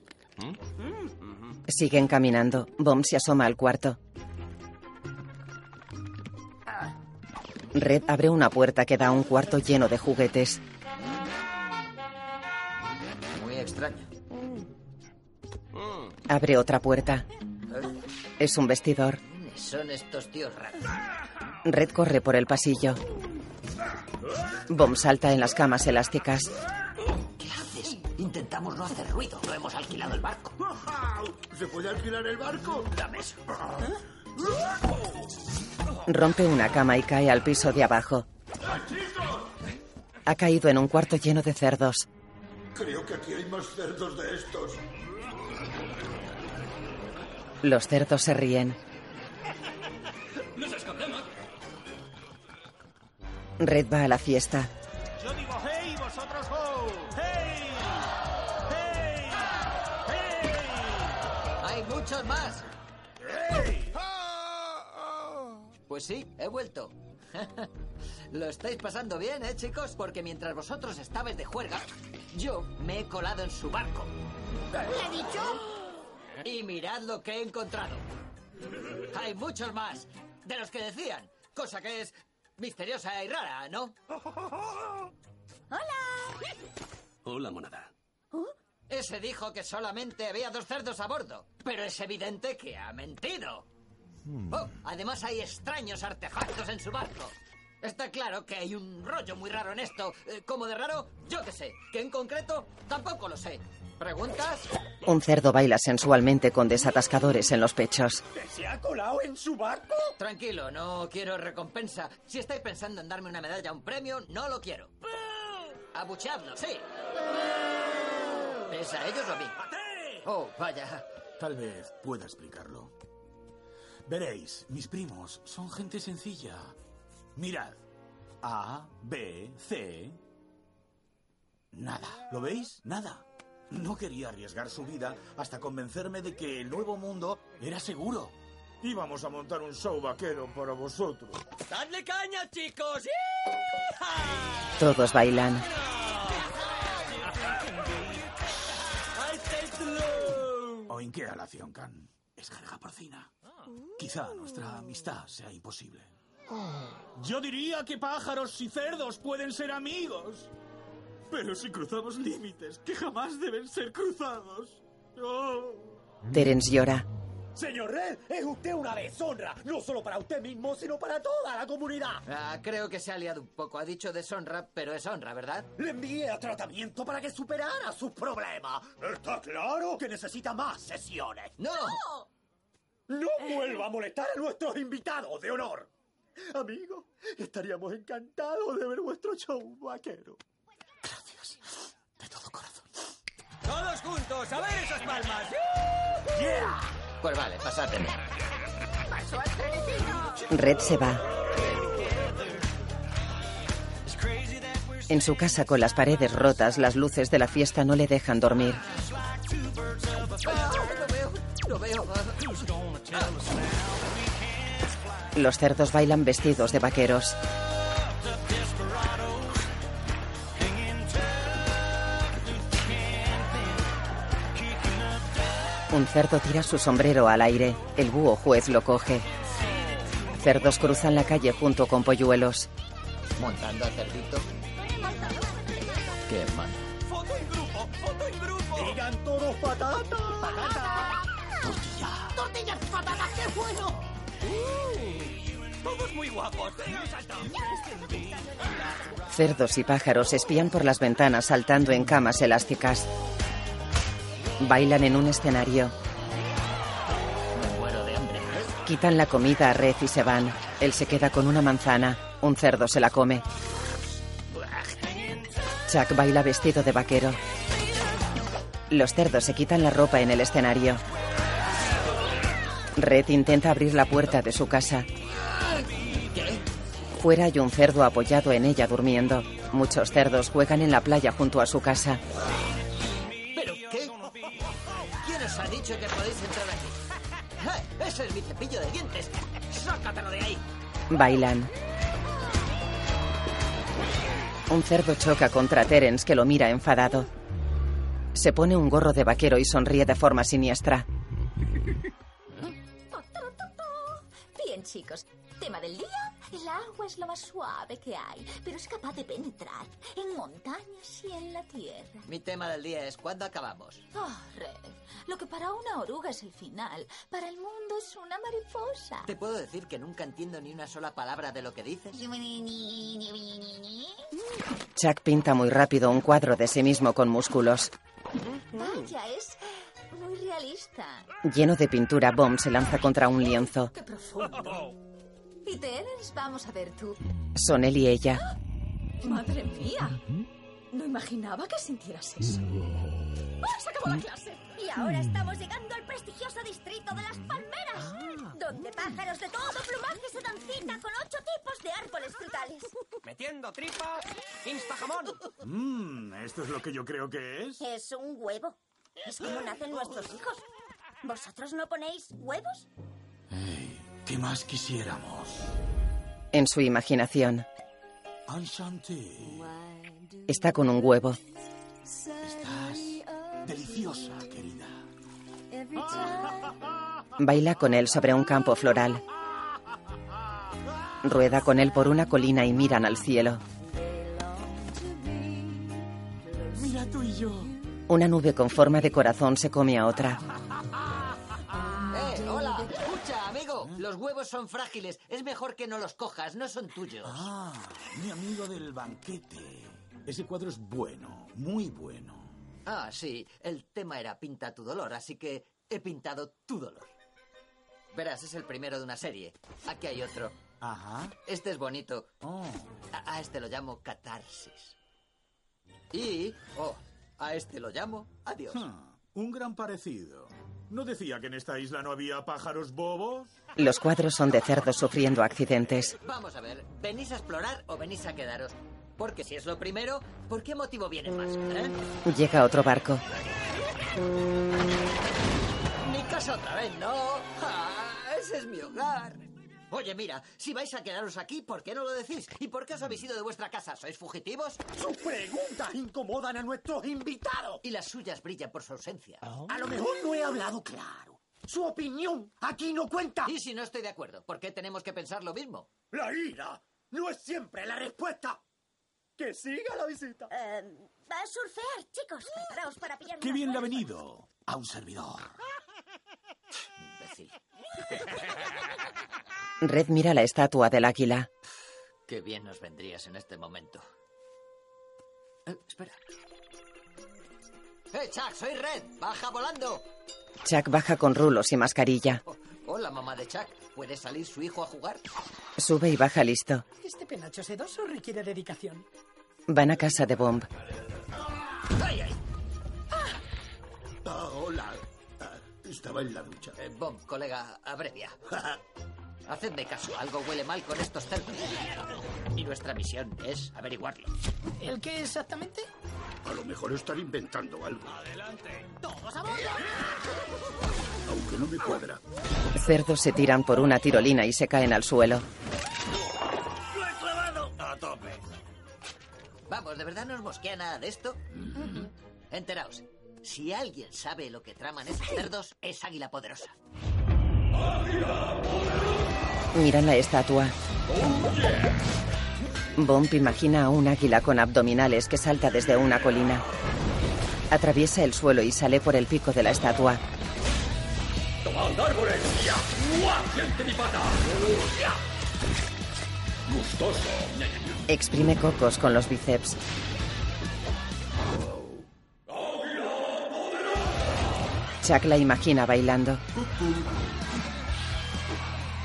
S1: Siguen caminando. Bomb se asoma al cuarto. Red abre una puerta que da a un cuarto lleno de juguetes.
S2: Mm. Muy extraño.
S1: Abre otra puerta. Es un vestidor.
S2: ¿Quiénes son estos tíos raros?
S1: Red corre por el pasillo. Bomb salta en las camas elásticas.
S2: ¿Qué haces? Intentamos no hacer ruido. No hemos alquilado el barco.
S14: ¿Se puede alquilar el barco?
S2: Dame eso.
S1: Rompe una cama y cae al piso de abajo. Ha caído en un cuarto lleno de cerdos.
S14: Creo que aquí hay más cerdos de estos.
S1: Los cerdos se ríen.
S7: ¡Nos escapemos!
S1: Red va a la fiesta.
S16: Yo digo hey, vosotros ho. Hey, hey, hey,
S2: Hay muchos más.
S16: hey.
S2: Pues sí, he vuelto. Lo estáis pasando bien, ¿eh, chicos? Porque mientras vosotros estabais de juerga, yo me he colado en su barco.
S9: ¿Le he dicho?
S2: Y mirad lo que he encontrado. Hay muchos más de los que decían, cosa que es misteriosa y rara, ¿no?
S9: ¡Hola!
S16: Hola, monada.
S2: Ese dijo que solamente había dos cerdos a bordo, pero es evidente que ha mentido.
S17: Hmm.
S2: Oh, además hay extraños artefactos en su barco. Está claro que hay un rollo muy raro en esto. Eh, ¿Cómo de raro? Yo qué sé. Que en concreto tampoco lo sé. ¿Preguntas?
S1: Un cerdo baila sensualmente con desatascadores en los pechos.
S3: ¿Que se ha colado en su barco?
S2: Tranquilo, no quiero recompensa. Si estáis pensando en darme una medalla o un premio, no lo quiero. Abucheadlo, sí. ¿Es a ellos o a mí? Oh, vaya.
S16: Tal vez pueda explicarlo. Veréis, mis primos son gente sencilla. Mirad. A, B, C. Nada. ¿Lo veis? Nada. No quería arriesgar su vida hasta convencerme de que el nuevo mundo era seguro. Íbamos a montar un show vaquero para vosotros.
S2: ¡Dadle caña, chicos!
S1: Todos bailan.
S16: Oinquea la acción, Can. Es jerga porcina. Quizá nuestra amistad sea imposible. Yo diría que pájaros y cerdos pueden ser amigos. Pero si cruzamos límites que jamás deben ser cruzados. Oh.
S1: Terence llora.
S3: Señor Red, es usted una deshonra, no solo para usted mismo, sino para toda la comunidad.
S2: Ah, creo que se ha liado un poco. Ha dicho deshonra, pero es honra, ¿verdad?
S3: Le envié a tratamiento para que superara sus problemas. Está claro que necesita más sesiones.
S2: ¡No!
S3: ¡No vuelva a molestar a nuestros invitados de honor! Amigo, estaríamos encantados de ver vuestro show vaquero.
S18: Todos juntos, a ver esas palmas.
S2: Pues vale, pasátelo.
S17: ¡Paso al cenicino!
S1: Red se va. En su casa con las paredes rotas, las luces de la fiesta no le dejan dormir.
S2: Lo veo.
S1: Los cerdos bailan vestidos de vaqueros. Un cerdo tira su sombrero al aire. El búho juez lo coge. Cerdos cruzan la calle junto con polluelos.
S2: Montando a cerdito. Qué mal.
S18: ¡Foto en grupo! ¡Foto en grupo!
S3: ¡Digan todos patata!
S18: ¡Patata!
S19: ¡Tortillas patatas, qué bueno!
S2: ¡Uh!
S18: ¡Todos muy guapos!
S1: Cerdos y pájaros espían por las ventanas saltando en camas elásticas. Bailan en un escenario.
S2: Me muero de hambre.
S1: Quitan la comida a Red y se van. Él se queda con una manzana. Un cerdo se la come. Chuck baila vestido de vaquero. Los cerdos se quitan la ropa en el escenario. Red intenta abrir la puerta de su casa. Fuera hay un cerdo apoyado en ella durmiendo. Muchos cerdos juegan en la playa junto a su casa.
S2: ¿Pero qué? ¿Quién os ha dicho que podéis entrar aquí? ¡Ah, ¡Ese es mi cepillo de dientes! ¡Sácatelo de ahí!
S1: Bailan. Un cerdo choca contra Terence que lo mira enfadado. Se pone un gorro de vaquero y sonríe de forma siniestra.
S12: Bien, chicos. Tema del día. El agua es lo más suave que hay, pero es capaz de penetrar en montañas y en la tierra.
S2: Mi tema del día es ¿cuándo acabamos?
S12: Oh, Red, lo que para una oruga es el final, para el mundo es una mariposa.
S2: ¿Te puedo decir que nunca entiendo ni una sola palabra de lo que dices?
S1: Chuck pinta muy rápido un cuadro de sí mismo con músculos.
S12: Vaya, es muy realista.
S1: Lleno de pintura, Bomb se lanza contra un lienzo.
S12: Qué profundo. Y Terence, vamos a ver tú.
S1: Son él y ella.
S12: Madre mía. No imaginaba que sintieras eso. ¡Ah, se acabó la clase!
S5: Y ahora estamos llegando al prestigioso distrito de las palmeras, donde pájaros de todo plumaje se dan cita con ocho tipos de árboles frutales.
S18: Metiendo tripa, insta jamón.
S16: Mmm, esto es lo que yo creo que es.
S5: Es un huevo. Es como nacen nuestros hijos. ¿Vosotros no ponéis huevos?
S16: ¿Qué más quisiéramos?
S1: En su imaginación,
S16: Enchanté.
S1: está con un huevo.
S16: Estás deliciosa, querida. Ah,
S1: Baila con él sobre un campo floral. Rueda con él por una colina y miran al cielo.
S16: Mira tú y yo.
S1: Una nube con forma de corazón se come a otra.
S2: ¡Eh, hola! Escucha, amigo. Los huevos son frágiles. Es mejor que no los cojas, no son tuyos.
S16: Ah, mi amigo del banquete. Ese cuadro es bueno, muy bueno.
S2: Ah, sí. El tema era pinta tu dolor, así que he pintado tu dolor. Verás, es el primero de una serie. Aquí hay otro.
S16: Ajá.
S2: Este es bonito.
S16: Oh.
S2: A, a este lo llamo catarsis. Y, oh, a este lo llamo adiós.
S16: Ah, un gran parecido. ¿No decía que en esta isla no había pájaros bobos?
S1: Los cuadros son de cerdos sufriendo accidentes.
S2: Vamos a ver, ¿venís a explorar o venís a quedaros? Porque si es lo primero, ¿por qué motivo viene más? eh?
S1: Llega otro barco.
S2: Mi casa otra vez, no. Ah, ese es mi hogar. Oye, mira, si vais a quedaros aquí, ¿por qué no lo decís? ¿Y por qué os habéis ido de vuestra casa? ¿Sois fugitivos?
S3: Sus preguntas incomodan a nuestros invitados.
S2: Y las suyas brillan por su ausencia.
S3: A lo mejor no he hablado claro. Su opinión aquí no cuenta.
S2: Y si no estoy de acuerdo, ¿por qué tenemos que pensar lo mismo?
S3: La ira no es siempre la respuesta. Que siga la visita.
S5: Eh, va a surfear, chicos. Preparaos para pillar.
S16: ¡Qué
S5: unas
S16: bien le ha
S5: buenas-
S16: venido! A un servidor.
S2: Imbécil.
S1: Red mira la estatua del águila.
S2: Qué bien nos vendrías en este momento. Eh, espera. ¡Eh, Chuck! ¡Soy Red! ¡Baja volando!
S1: Chuck baja con rulos y mascarilla.
S2: Hola, mamá de Chuck. ¿Puede salir su hijo a jugar?
S1: Sube y baja listo.
S13: Este penacho sedoso requiere dedicación.
S1: Van a casa de Bomb.
S2: ¡Ay, ay!
S14: Ah, hola. Ah, estaba en la ducha.
S2: Eh, Bomb, colega, abrevia. Hacedme caso, algo huele mal con estos cerdos. Y nuestra misión es averiguarlo.
S13: ¿El qué exactamente?
S14: A lo mejor están inventando algo.
S13: ¡Todos a bordo!
S14: Aunque no me cuadra.
S1: Cerdos se tiran por una tirolina y se caen al suelo.
S2: ¡Lo he clavado! ¡A tope! Vamos, ¿de verdad no os mosquea nada de esto? Enteraos. Si alguien sabe lo que traman esos cerdos, es Águila Poderosa.
S1: Miran la estatua. Bomb imagina a un águila con abdominales que salta desde una colina. Atraviesa el suelo y sale por el pico de la estatua.
S3: ¡Tomad árboles! ¡Ya! ¡Mua! ¡Siente mi pata! ¡Ya! ¡Gustoso!
S1: Exprime cocos con los bíceps. Chuck la imagina bailando.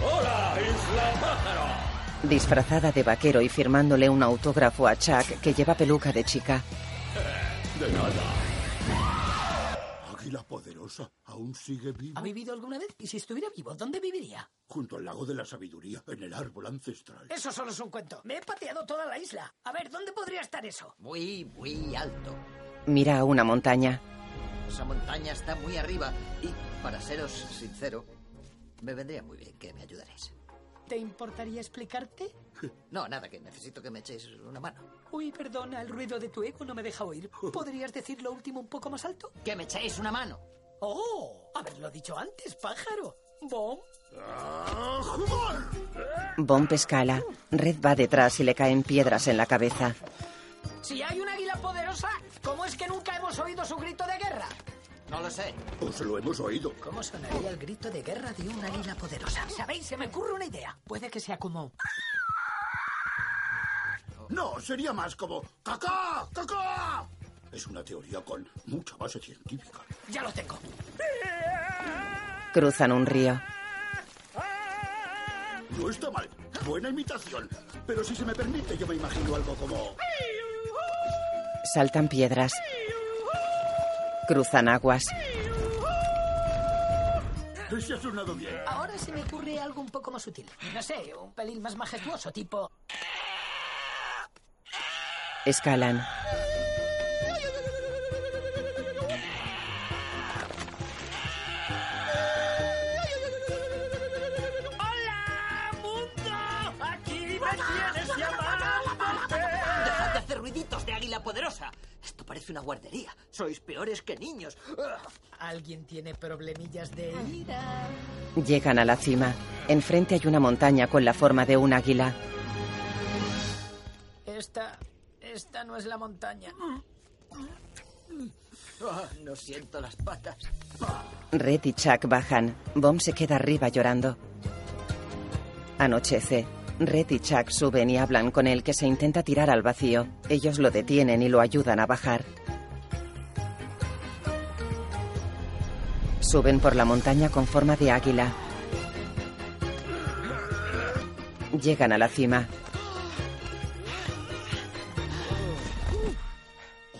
S3: ¡Hola, Isla Pájaro!
S1: Disfrazada de vaquero y firmándole un autógrafo a Chuck que lleva peluca de chica.
S14: De nada. Águila poderosa aún sigue viva
S13: ¿Ha vivido alguna vez? ¿Y si estuviera vivo, dónde viviría?
S14: junto al lago de la sabiduría, en el árbol ancestral.
S13: Eso solo es un cuento. Me he pateado toda la isla. A ver, ¿dónde podría estar eso?
S2: Muy, muy alto.
S1: Mira a una montaña.
S2: Esa montaña está muy arriba y, para seros sincero, me vendría muy bien que me ayudaréis.
S13: ¿Te importaría explicarte?
S2: No, nada, que necesito que me echéis una mano.
S13: Uy, perdona, el ruido de tu eco no me deja oír. ¿Podrías decir lo último un poco más alto?
S2: ¡Que me echéis una mano!
S13: ¡Oh! Haberlo dicho antes, pájaro. Bom.
S1: Bomb escala. Red va detrás y le caen piedras en la cabeza.
S13: Si hay un águila poderosa, ¿cómo es que nunca hemos oído su grito de guerra?
S2: No lo sé.
S14: Os lo hemos oído.
S13: ¿Cómo sonaría el grito de guerra de un águila poderosa? ¿Sabéis? Se me ocurre una idea. Puede que sea como...
S14: No, sería más como ¡Cacá! ¡Cacá! Es una teoría con mucha base científica.
S13: Ya lo tengo.
S1: Cruzan un río.
S14: No está mal. Buena imitación. Pero si se me permite, yo me imagino algo como...
S1: Saltan piedras. Cruzan aguas.
S14: Ese ha sonado bien.
S13: Ahora se me ocurre algo un poco más sutil. No sé, un pelín más majestuoso, tipo...
S1: Escalan.
S3: ¡Hola, mundo! ¡Aquí me tienes llamándote!
S2: ¡Dejad de hacer ruiditos de águila poderosa! Esto parece una guardería. Sois peores que niños.
S14: Ah,
S2: ¡Ugh!
S13: Alguien tiene problemillas de ira.
S1: Llegan a la cima. Enfrente hay una montaña con la forma de un águila.
S13: Esta... Esta no es la montaña.
S2: Ah, no siento las patas.
S1: Red y Chuck bajan. Bomb se queda arriba llorando. Anochece. Red y Chuck suben y hablan con el que se intenta tirar al vacío. Ellos lo detienen y lo ayudan a bajar. Suben por la montaña con forma de águila. Llegan a la cima.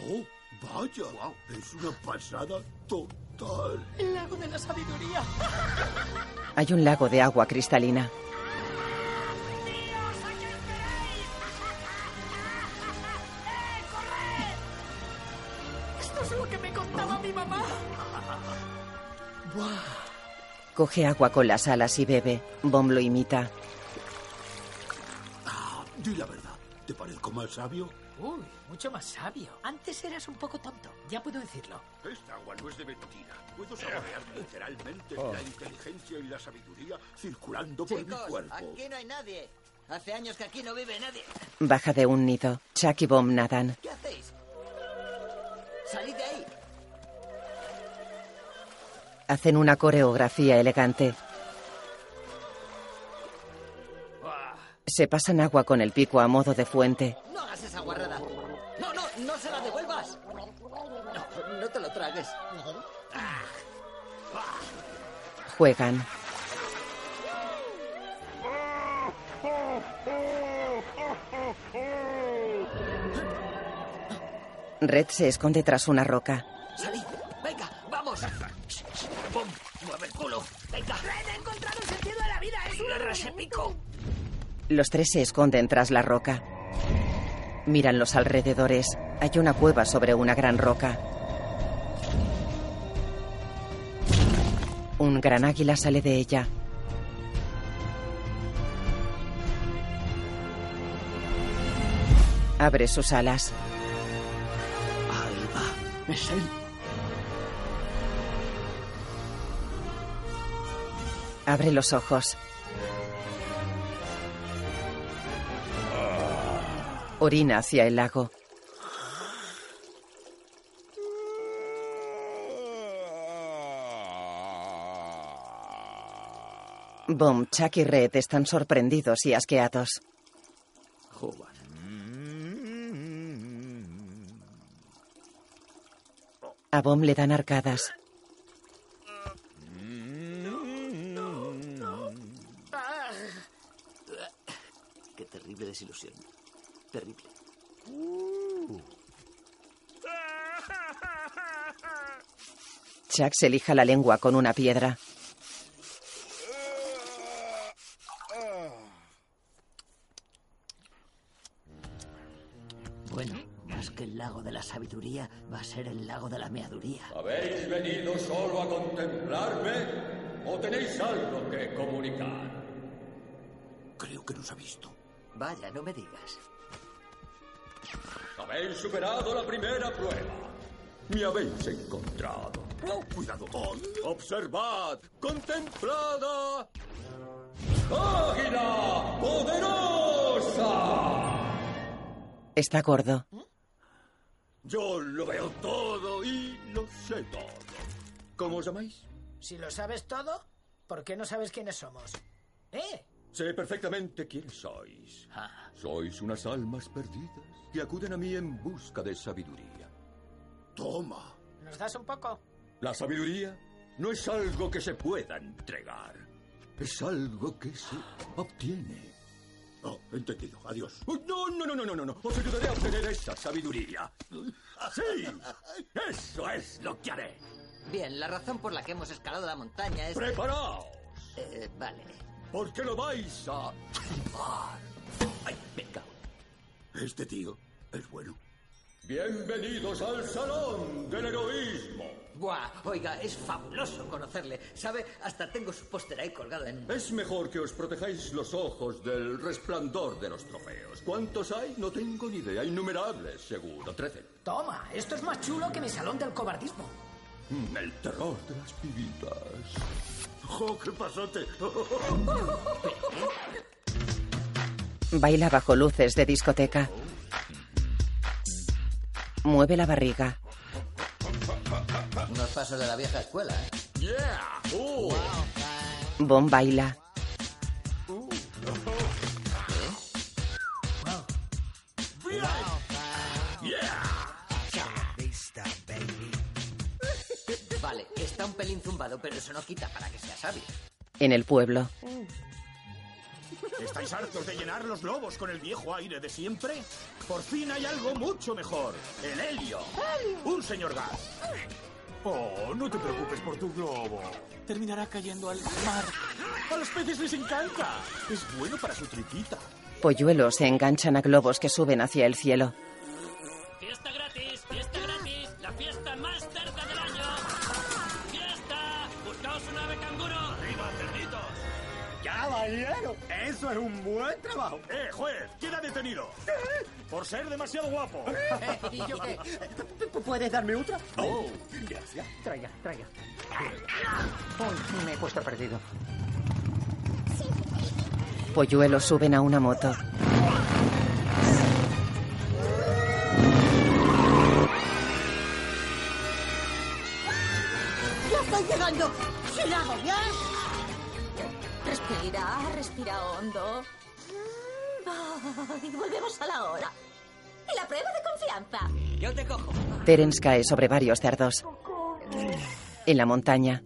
S14: ¡Oh, vaya! Es una pasada total.
S13: El lago de la sabiduría.
S1: Hay un lago de agua cristalina.
S9: Esto es lo que me contaba mi mamá.
S1: Coge agua con las alas y bebe. Bomb lo imita.
S14: Ah, di la verdad. ¿Te parezco más sabio?
S13: Uy, mucho más sabio. Antes eras un poco tonto. Ya puedo decirlo.
S14: Esta agua no es de mentira. Puedo saborear literalmente la inteligencia y la sabiduría circulando por mi
S2: Chicos,
S14: cuerpo.
S2: aquí no hay nadie. Hace años que aquí no vive nadie.
S1: Baja de un nido. Chuck y Bomb nadan.
S2: ¿Qué hacéis? ¡Salid de ahí!
S1: Hacen una coreografía elegante. Se pasan agua con el pico a modo de fuente.
S2: No hagas esa guarrada. No, no, no se la devuelvas. No, no te lo tragues. Ah,
S1: Juegan. Red se esconde tras una roca.
S2: ¡Salid! ¡Venga! ¡Vamos! ¡Bum! ¡Mueve el culo! ¡Venga! ¡Red, he encontrado el sentido de la vida! ¡Es un pico!
S1: Los tres se esconden tras la roca. Miran los alrededores. Hay una cueva sobre una gran roca. Un gran águila sale de ella. Abre sus alas.
S2: Ahí va. Es él.
S1: Abre los ojos. Orina hacia el lago. Bomb, Chuck y Red están sorprendidos y asqueados.
S2: Howard.
S1: A Bomb le dan arcadas.
S2: Qué terrible desilusión. Terrible.
S1: Chuck se lija la lengua con una piedra.
S2: Bueno, más que el lago de la sabiduría, va a ser el lago de la meaduría.
S20: ¿Habéis venido solo a contemplarme o tenéis algo que comunicar?
S2: Creo que nos ha visto. Vaya, no me digas.
S20: Habéis superado la primera prueba. Me habéis encontrado. Oh, cuidado. Oh, observad, contemplada. Águila poderosa.
S1: Está gordo.
S20: Yo lo veo todo y lo sé todo. ¿Cómo os llamáis?
S13: Si lo sabes todo, ¿por qué no sabes quiénes somos? ¡Eh!
S20: Sé perfectamente quién sois. Sois unas almas perdidas que acuden a mí en busca de sabiduría. Toma.
S13: ¿Nos das un poco?
S20: La sabiduría no es algo que se pueda entregar. Es algo que se obtiene.
S14: Oh, entendido. Adiós.
S20: No, no, no, no, no, no, no. Os ayudaré a obtener esa sabiduría. ¡Sí! ¡Eso es lo que haré!
S2: Bien, la razón por la que hemos escalado la montaña es.
S20: ¡Preparaos!
S2: Eh, vale.
S20: Porque lo vais a... ¡Ay, me cago!
S14: Este tío es bueno.
S20: Bienvenidos al Salón del Heroísmo.
S2: Buah, oiga, es fabuloso conocerle. ¿Sabe? Hasta tengo su póster ahí colgado en.
S20: Es mejor que os protejáis los ojos del resplandor de los trofeos. ¿Cuántos hay? No tengo ni idea. Innumerables, seguro. Trece.
S13: Toma, esto es más chulo que mi salón del cobardismo.
S20: Mm, El terror de las pibitas.
S14: ¡Jo, qué pasote!
S1: Baila bajo luces de discoteca. Mueve la barriga.
S2: Unos pasos de la vieja escuela, ¿eh?
S20: ¡Yeah! ¡Uh!
S1: Bomb baila.
S20: ¡Bien! ¡Yeah!
S2: Vale, está un pelín zumbado, pero eso no quita para que sea sabio.
S1: En el pueblo,
S2: Eh,
S16: ¿Estáis hartos de llenar los globos con el viejo aire de siempre? Por fin hay algo mucho mejor. El helio. Un señor gas.
S15: Oh, no te preocupes por tu globo. Terminará cayendo al mar. A los peces les encanta. Es bueno para su triquita.
S1: polluelos se enganchan a globos que suben hacia el cielo.
S5: ¡Fiesta gratis! ¡Fiesta gratis! ¡La fiesta más cerda del año! ¡Fiesta! ¡Buscaos un ave canguro! ¡Arriba, cerditos!
S2: Ah,
S3: Caballero, eso es un buen trabajo.
S16: ¡Eh, juez! Queda detenido. Por ser demasiado guapo.
S13: ¿Y yo qué?
S3: ¿Puedes darme otra?
S16: Oh, gracias.
S13: Traiga, traiga. Uy, me he puesto perdido.
S1: Polluelos suben a una moto.
S10: ¡Ya estoy llegando! ¡Sin agobiar!
S8: Respira, respira hondo. Ay, volvemos a la hora. Y la prueba de confianza.
S5: Yo te cojo.
S1: Terence cae sobre varios cerdos. En la montaña,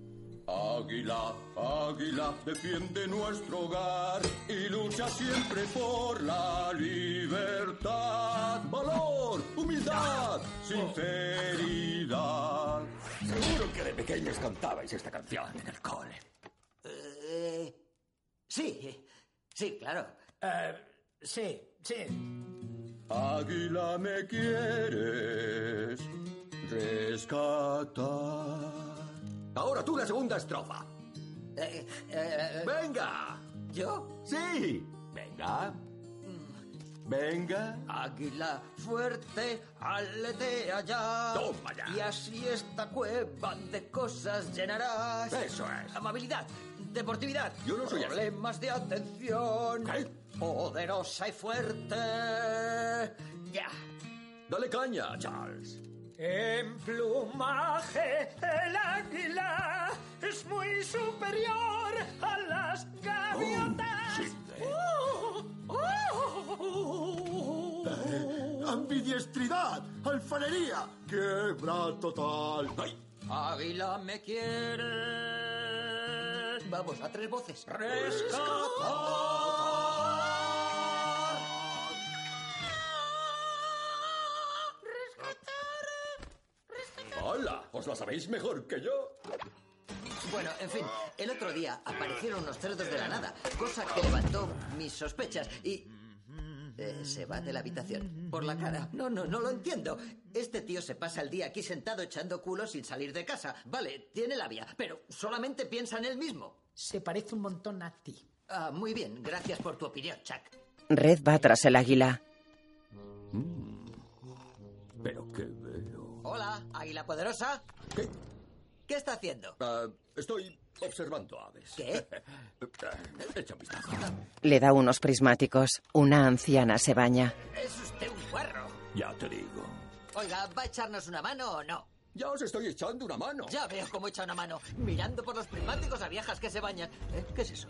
S20: Águila, águila, defiende nuestro hogar y lucha siempre por la libertad. Valor, humildad, sinceridad.
S3: Seguro que de pequeños cantabais esta canción en el cole.
S2: Eh, sí, sí, claro. Eh,
S13: sí, sí.
S20: Águila, me quieres rescatar.
S3: Ahora tú la segunda estrofa.
S2: eh,
S3: ¡Venga!
S2: ¿Yo?
S3: ¡Sí! ¡Venga!
S20: Mm.
S3: ¡Venga!
S2: Águila fuerte, aletea ya.
S3: Toma ya.
S2: Y así esta cueva de cosas llenarás.
S3: Eso es.
S2: Amabilidad, deportividad.
S3: Yo no soy así.
S2: Problemas de atención. Poderosa y fuerte. Ya.
S20: Dale caña, Charles.
S5: En plumaje el águila es muy superior a las gaviotas. ¡Oh! ¡Oh!
S14: Eh, ambidiestridad, alfarería, quiebra total.
S2: Águila me quiere. Vamos, a tres voces.
S20: ¡Hola! ¿Os la sabéis mejor que yo?
S2: Bueno, en fin, el otro día aparecieron unos cerdos de la nada, cosa que levantó mis sospechas y... eh, se va de la habitación. Por la cara. No, no, no lo entiendo. Este tío se pasa el día aquí sentado echando culo sin salir de casa. Vale, tiene labia, pero solamente piensa en él mismo.
S13: Se parece un montón a ti.
S2: Ah, muy bien, gracias por tu opinión, Chuck.
S1: Red va tras el águila.
S20: Pero qué veo.
S2: Hola, Águila Poderosa.
S20: ¿Qué?
S2: ¿Qué está haciendo?
S20: Ah, estoy observando aves.
S2: ¿Qué?
S20: Ah, Echa un vistazo.
S1: Le da unos prismáticos. Una anciana se baña.
S2: Es usted un guarro.
S20: Ya te digo.
S2: Oiga, ¿va a echarnos una mano o no?
S20: Ya os estoy echando una mano.
S2: Ya veo cómo echa una mano, mirando por los prismáticos a viejas que se bañan. ¿Eh? ¿Qué es eso?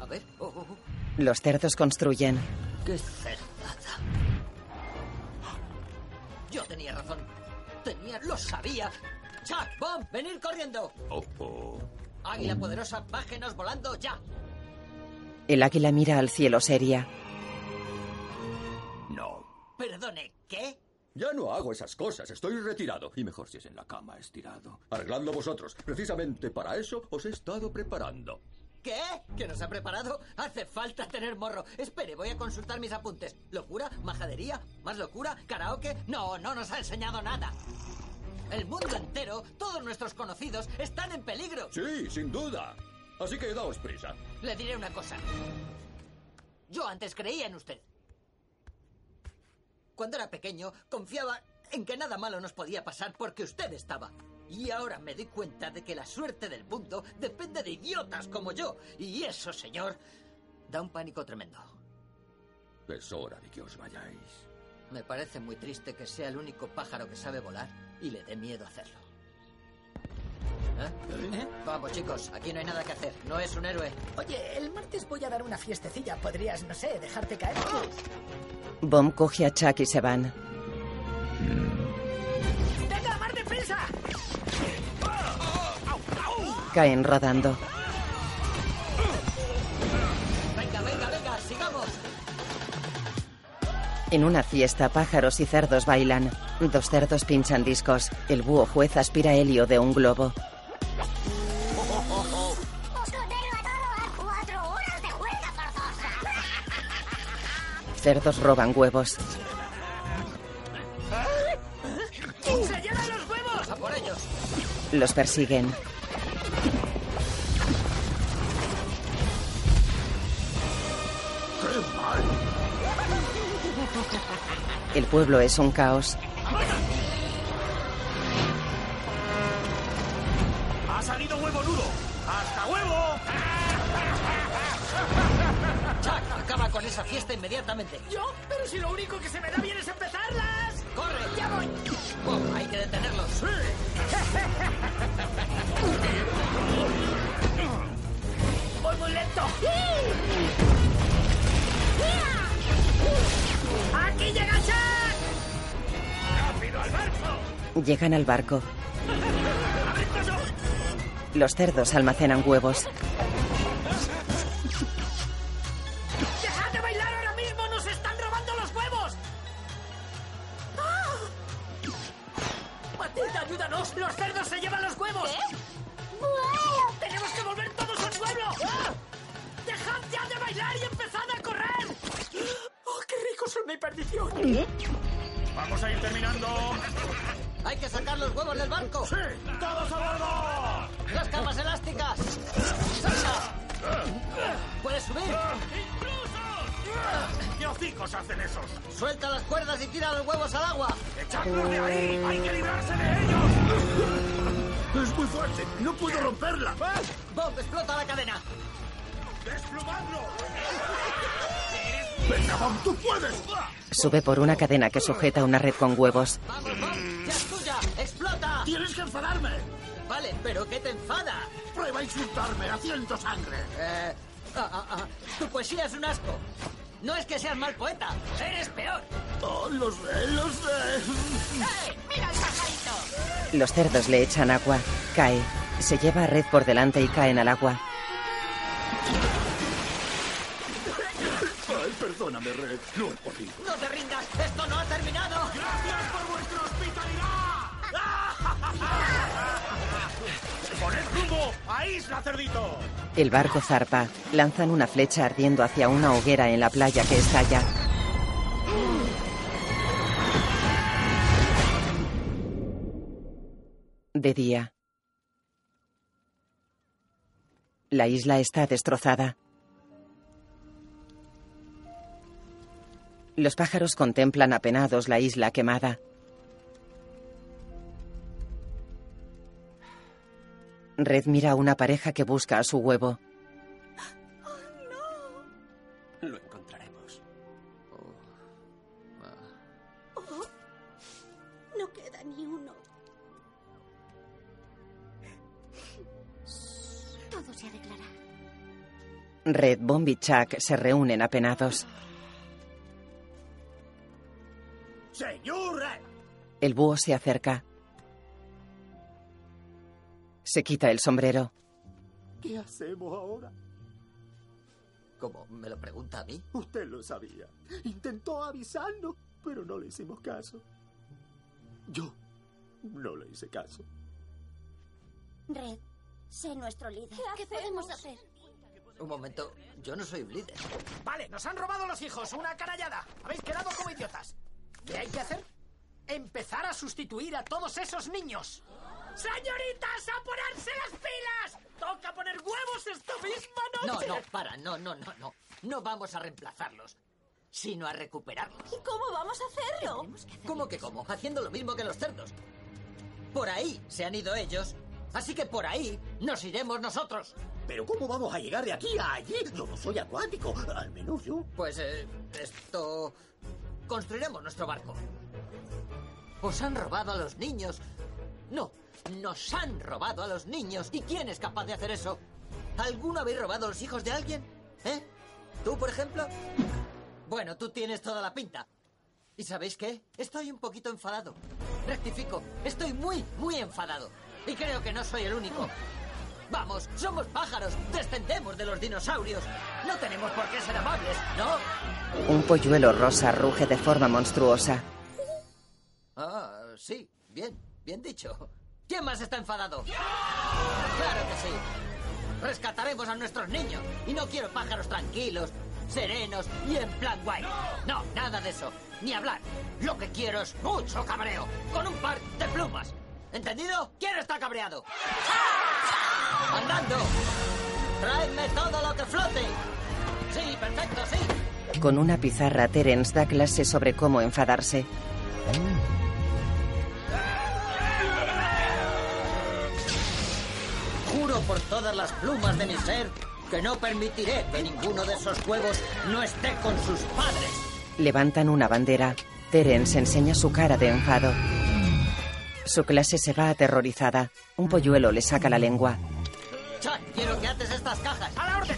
S2: A ver, oh, oh, oh.
S1: Los cerdos construyen.
S2: ¡Qué cerdada! Yo tenía razón. Tenía, lo sabía. Chuck, Bomb, venir corriendo. Águila poderosa, bájenos volando ya.
S1: El águila mira al cielo seria.
S20: No.
S2: Perdone, ¿qué?
S20: Ya no hago esas cosas. Estoy retirado. Y mejor si es en la cama estirado. Arreglando vosotros. Precisamente para eso os he estado preparando.
S2: ¿Qué? ¿Que nos ha preparado? Hace falta tener morro. Espere, voy a consultar mis apuntes. ¿Locura? ¿Majadería? ¿Más locura? ¿Karaoke? No, no nos ha enseñado nada. El mundo entero, todos nuestros conocidos, están en peligro.
S20: Sí, sin duda. Así que daos prisa.
S2: Le diré una cosa. Yo antes creía en usted. Cuando era pequeño, confiaba en que nada malo nos podía pasar porque usted estaba. Y ahora me doy cuenta de que la suerte del mundo depende de idiotas como yo. Y eso, señor, da un pánico tremendo.
S20: Es hora de que os vayáis.
S2: Me parece muy triste que sea el único pájaro que sabe volar y le dé miedo hacerlo. ¿Eh? ¿Eh? Vamos, chicos, aquí no hay nada que hacer. No es un héroe.
S13: Oye, el martes voy a dar una fiestecilla. Podrías, no sé, dejarte caer.
S20: ¡Ah!
S1: Bomb coge a Chuck y se van.
S20: Mm.
S5: ¡Venga, más deprisa!
S1: Caen rodando.
S2: Venga, venga, venga, sigamos.
S1: En una fiesta, pájaros y cerdos bailan. Dos cerdos pinchan discos. El búho juez aspira helio de un globo.
S11: Os condeno a todo a cuatro horas de huelga forzosa.
S1: Cerdos roban huevos.
S5: ¡Se llenan los huevos!
S2: ¡A por ellos!
S1: Los persiguen.
S14: ¡Qué mal!
S1: El pueblo es un caos.
S5: ¡Ha salido huevo nudo! ¡Hasta huevo!
S2: Chuck, acaba con esa fiesta inmediatamente.
S5: ¿Yo? Pero si lo único que se me da bien es empezarlas.
S2: ¡Corre!
S5: ¡Ya voy!
S2: Bob, Oh, hay que detenerlos.
S5: ¡Voy muy lento!
S1: Llegan al barco. Los cerdos almacenan huevos.
S5: ¡Dejad de bailar ahora mismo! ¡Nos están robando los huevos!
S2: ¡Ah!
S5: Matilda, ayúdanos. Los cerdos se llevan los huevos. ¡Tenemos que volver todos al pueblo! ¡Dejad ya de bailar y empezad a correr! ¡Oh, qué ricos son mi perdición!
S16: Vamos a ir terminando.
S2: ¡Hay que sacar los huevos del banco! ¡Sí!
S16: ¡Todos a
S2: bordo! ¡Las capas elásticas! ¡Salta! ¡Puedes subir!
S16: ¿Qué hocicos hacen esos?
S2: ¡Suelta
S5: Ah,
S2: las cuerdas y tira los huevos al agua!
S16: ¡Echadlos de ahí! ¡Hay que librarse de ellos!
S14: ¡Es muy fuerte! ¡No puedo romperla!
S2: ¡Bob, explota la cadena!
S16: ¡Desplumadlo!
S14: ¡Venga, Bob, tú puedes!
S1: Sube por una cadena que sujeta una red con huevos.
S2: ¡Ya es tuya! ¡Explota!
S14: ¡Tienes que enfadarme!
S2: Vale, pero ¿qué te enfada?
S14: ¡Prueba a insultarme haciendo sangre!
S2: Eh, ah, ah, ah, Tu poesía es un asco. No es que seas mal poeta, eres peor.
S14: ¡Oh, lo sé, lo sé!
S5: ¡Eh! ¡Mira el pajarito!
S1: Los cerdos le echan agua. Cae. Se lleva a red por delante y caen al agua.
S14: Ay, perdóname, Red. No he podido.
S2: ¡No te rindas! ¡Esto no ha terminado!
S16: ¡Gracias por vuestra hospitalidad! ¡Poned rumbo a Isla Cerdito!
S1: El barco zarpa. Lanzan una flecha ardiendo hacia una hoguera en la playa que estalla. De día. La isla está destrozada. Los pájaros contemplan apenados la isla quemada. Red mira a una pareja que busca a su huevo.
S3: Lo encontraremos.
S11: Oh, no queda ni uno. Todo se arreglará.
S1: Red, Bomb y Chuck se reúnen apenados.
S3: ¡Señor Red!
S1: El búho se acerca. Se quita el sombrero.
S3: ¿Qué hacemos ahora?
S2: ¿Cómo? ¿Me lo pregunta a mí?
S3: Usted lo sabía. Intentó avisarnos, pero no le hicimos caso. Yo no le hice caso.
S11: Red, sé nuestro líder. ¿Qué, podemos hacer?
S2: Un momento, yo no soy un líder.
S13: Vale, nos han robado los hijos. Una carallada. Habéis quedado como idiotas. ¿Qué hay que hacer? Empezar a sustituir a todos esos niños. ¡Señoritas, a ponerse las pilas! ¡Toca poner huevos esta misma
S2: No,
S13: noche!
S2: no, para, no, no, no, no. No vamos a reemplazarlos, sino a recuperarlos.
S12: ¿Y cómo vamos a hacerlo?
S2: ¿Cómo que cómo? Haciendo lo mismo que los cerdos. Por ahí se han ido ellos, así que por ahí nos iremos nosotros.
S3: ¿Pero cómo vamos a llegar de aquí a allí? Yo no soy acuático, al menos yo.
S2: Pues eh, esto... Construiremos nuestro barco. Os han robado a los niños. No, nos han robado a los niños. ¿Y quién es capaz de hacer eso? ¿Alguno habéis robado a los hijos de alguien? ¿Eh? ¿Tú, por ejemplo? Bueno, tú tienes toda la pinta. ¿Y sabéis qué? Estoy un poquito enfadado. Rectifico, estoy muy, muy enfadado. Y creo que no soy el único. Vamos, somos pájaros, descendemos de los dinosaurios. No tenemos por qué ser amables, ¿no?
S1: Un polluelo rosa ruge de forma monstruosa.
S2: Ah, sí, bien, bien dicho. ¿Quién más está enfadado? ¡Claro que sí! Rescataremos a nuestros niños y no quiero pájaros tranquilos, serenos y en plan guay. No, nada de eso, ni hablar. Lo que quiero es mucho cabreo, con un par de plumas. ¿Entendido? ¿Quién está cabreado? ¡Andando! ¡Traedme todo lo que flote! Sí, perfecto, sí.
S1: Con una pizarra, Terence da clase sobre cómo enfadarse.
S2: Juro por todas las plumas de mi ser que no permitiré que ninguno de esos huevos no esté con sus padres.
S1: Levantan una bandera. Terence enseña su cara de enfado. Su clase se va aterrorizada. Un polluelo le saca la lengua.
S2: Chuck, quiero que ates estas cajas. ¡A la orden!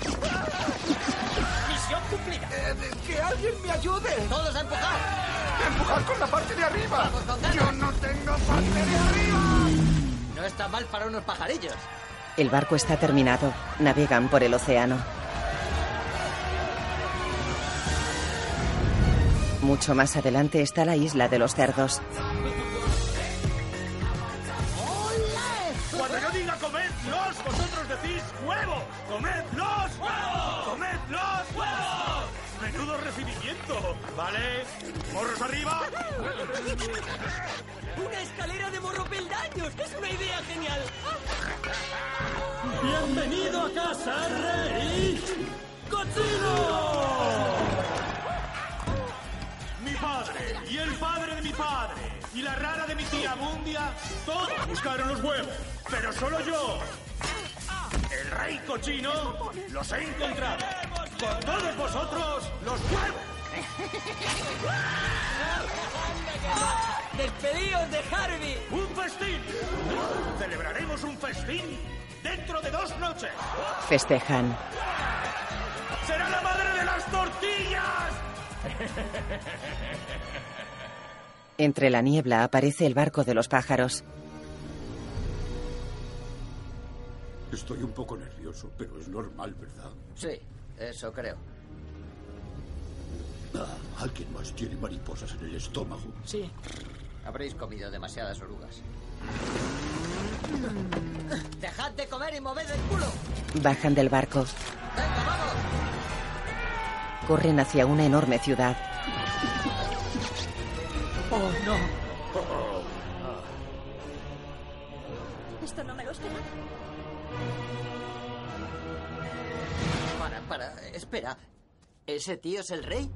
S2: ¡Misión cumplida!
S3: Eh, ¡Que alguien me ayude!
S2: ¡Todos a empujar!
S3: empujar con la parte de arriba. Yo no tengo parte de arriba.
S2: No está mal para unos pajarillos.
S1: El barco está terminado. Navegan por el océano. Mucho más adelante está la isla de los cerdos.
S16: Cuando yo diga comedlos, vosotros decís huevos. ¡Comedlos! ¡Huevos! ¡Comedlos! ¡Huevos! Menudo recibimiento, ¿vale? ¡Morros arriba!
S21: ¡Una escalera de morropeldaños! ¡Es una idea genial!
S16: ¡Bienvenido a casa, Rey! Mi padre y el padre de mi padre y la rara de mi tía Mundia todos buscaron los huevos, pero solo yo, el rey cochino, los he encontrado. Con todos vosotros, los huevos.
S21: ¡Despedidos de Harvey!
S16: ¡Un festín! Celebraremos un festín dentro de dos noches.
S1: Festejan.
S16: ¡Será la madre de las tortillas!
S1: Entre la niebla aparece el barco de los pájaros.
S14: Estoy un poco nervioso, pero es normal, ¿verdad?
S2: Sí, eso creo.
S14: Ah, alguien más tiene mariposas en el estómago.
S2: Sí. Habréis comido demasiadas orugas.
S21: ¡Dejad de comer y moved el culo!
S1: Bajan del barco. Corren hacia una enorme ciudad.
S21: ¡Oh, no!
S5: Esto no me lo esperaba.
S2: Para, para, espera. ¿Ese tío es el rey?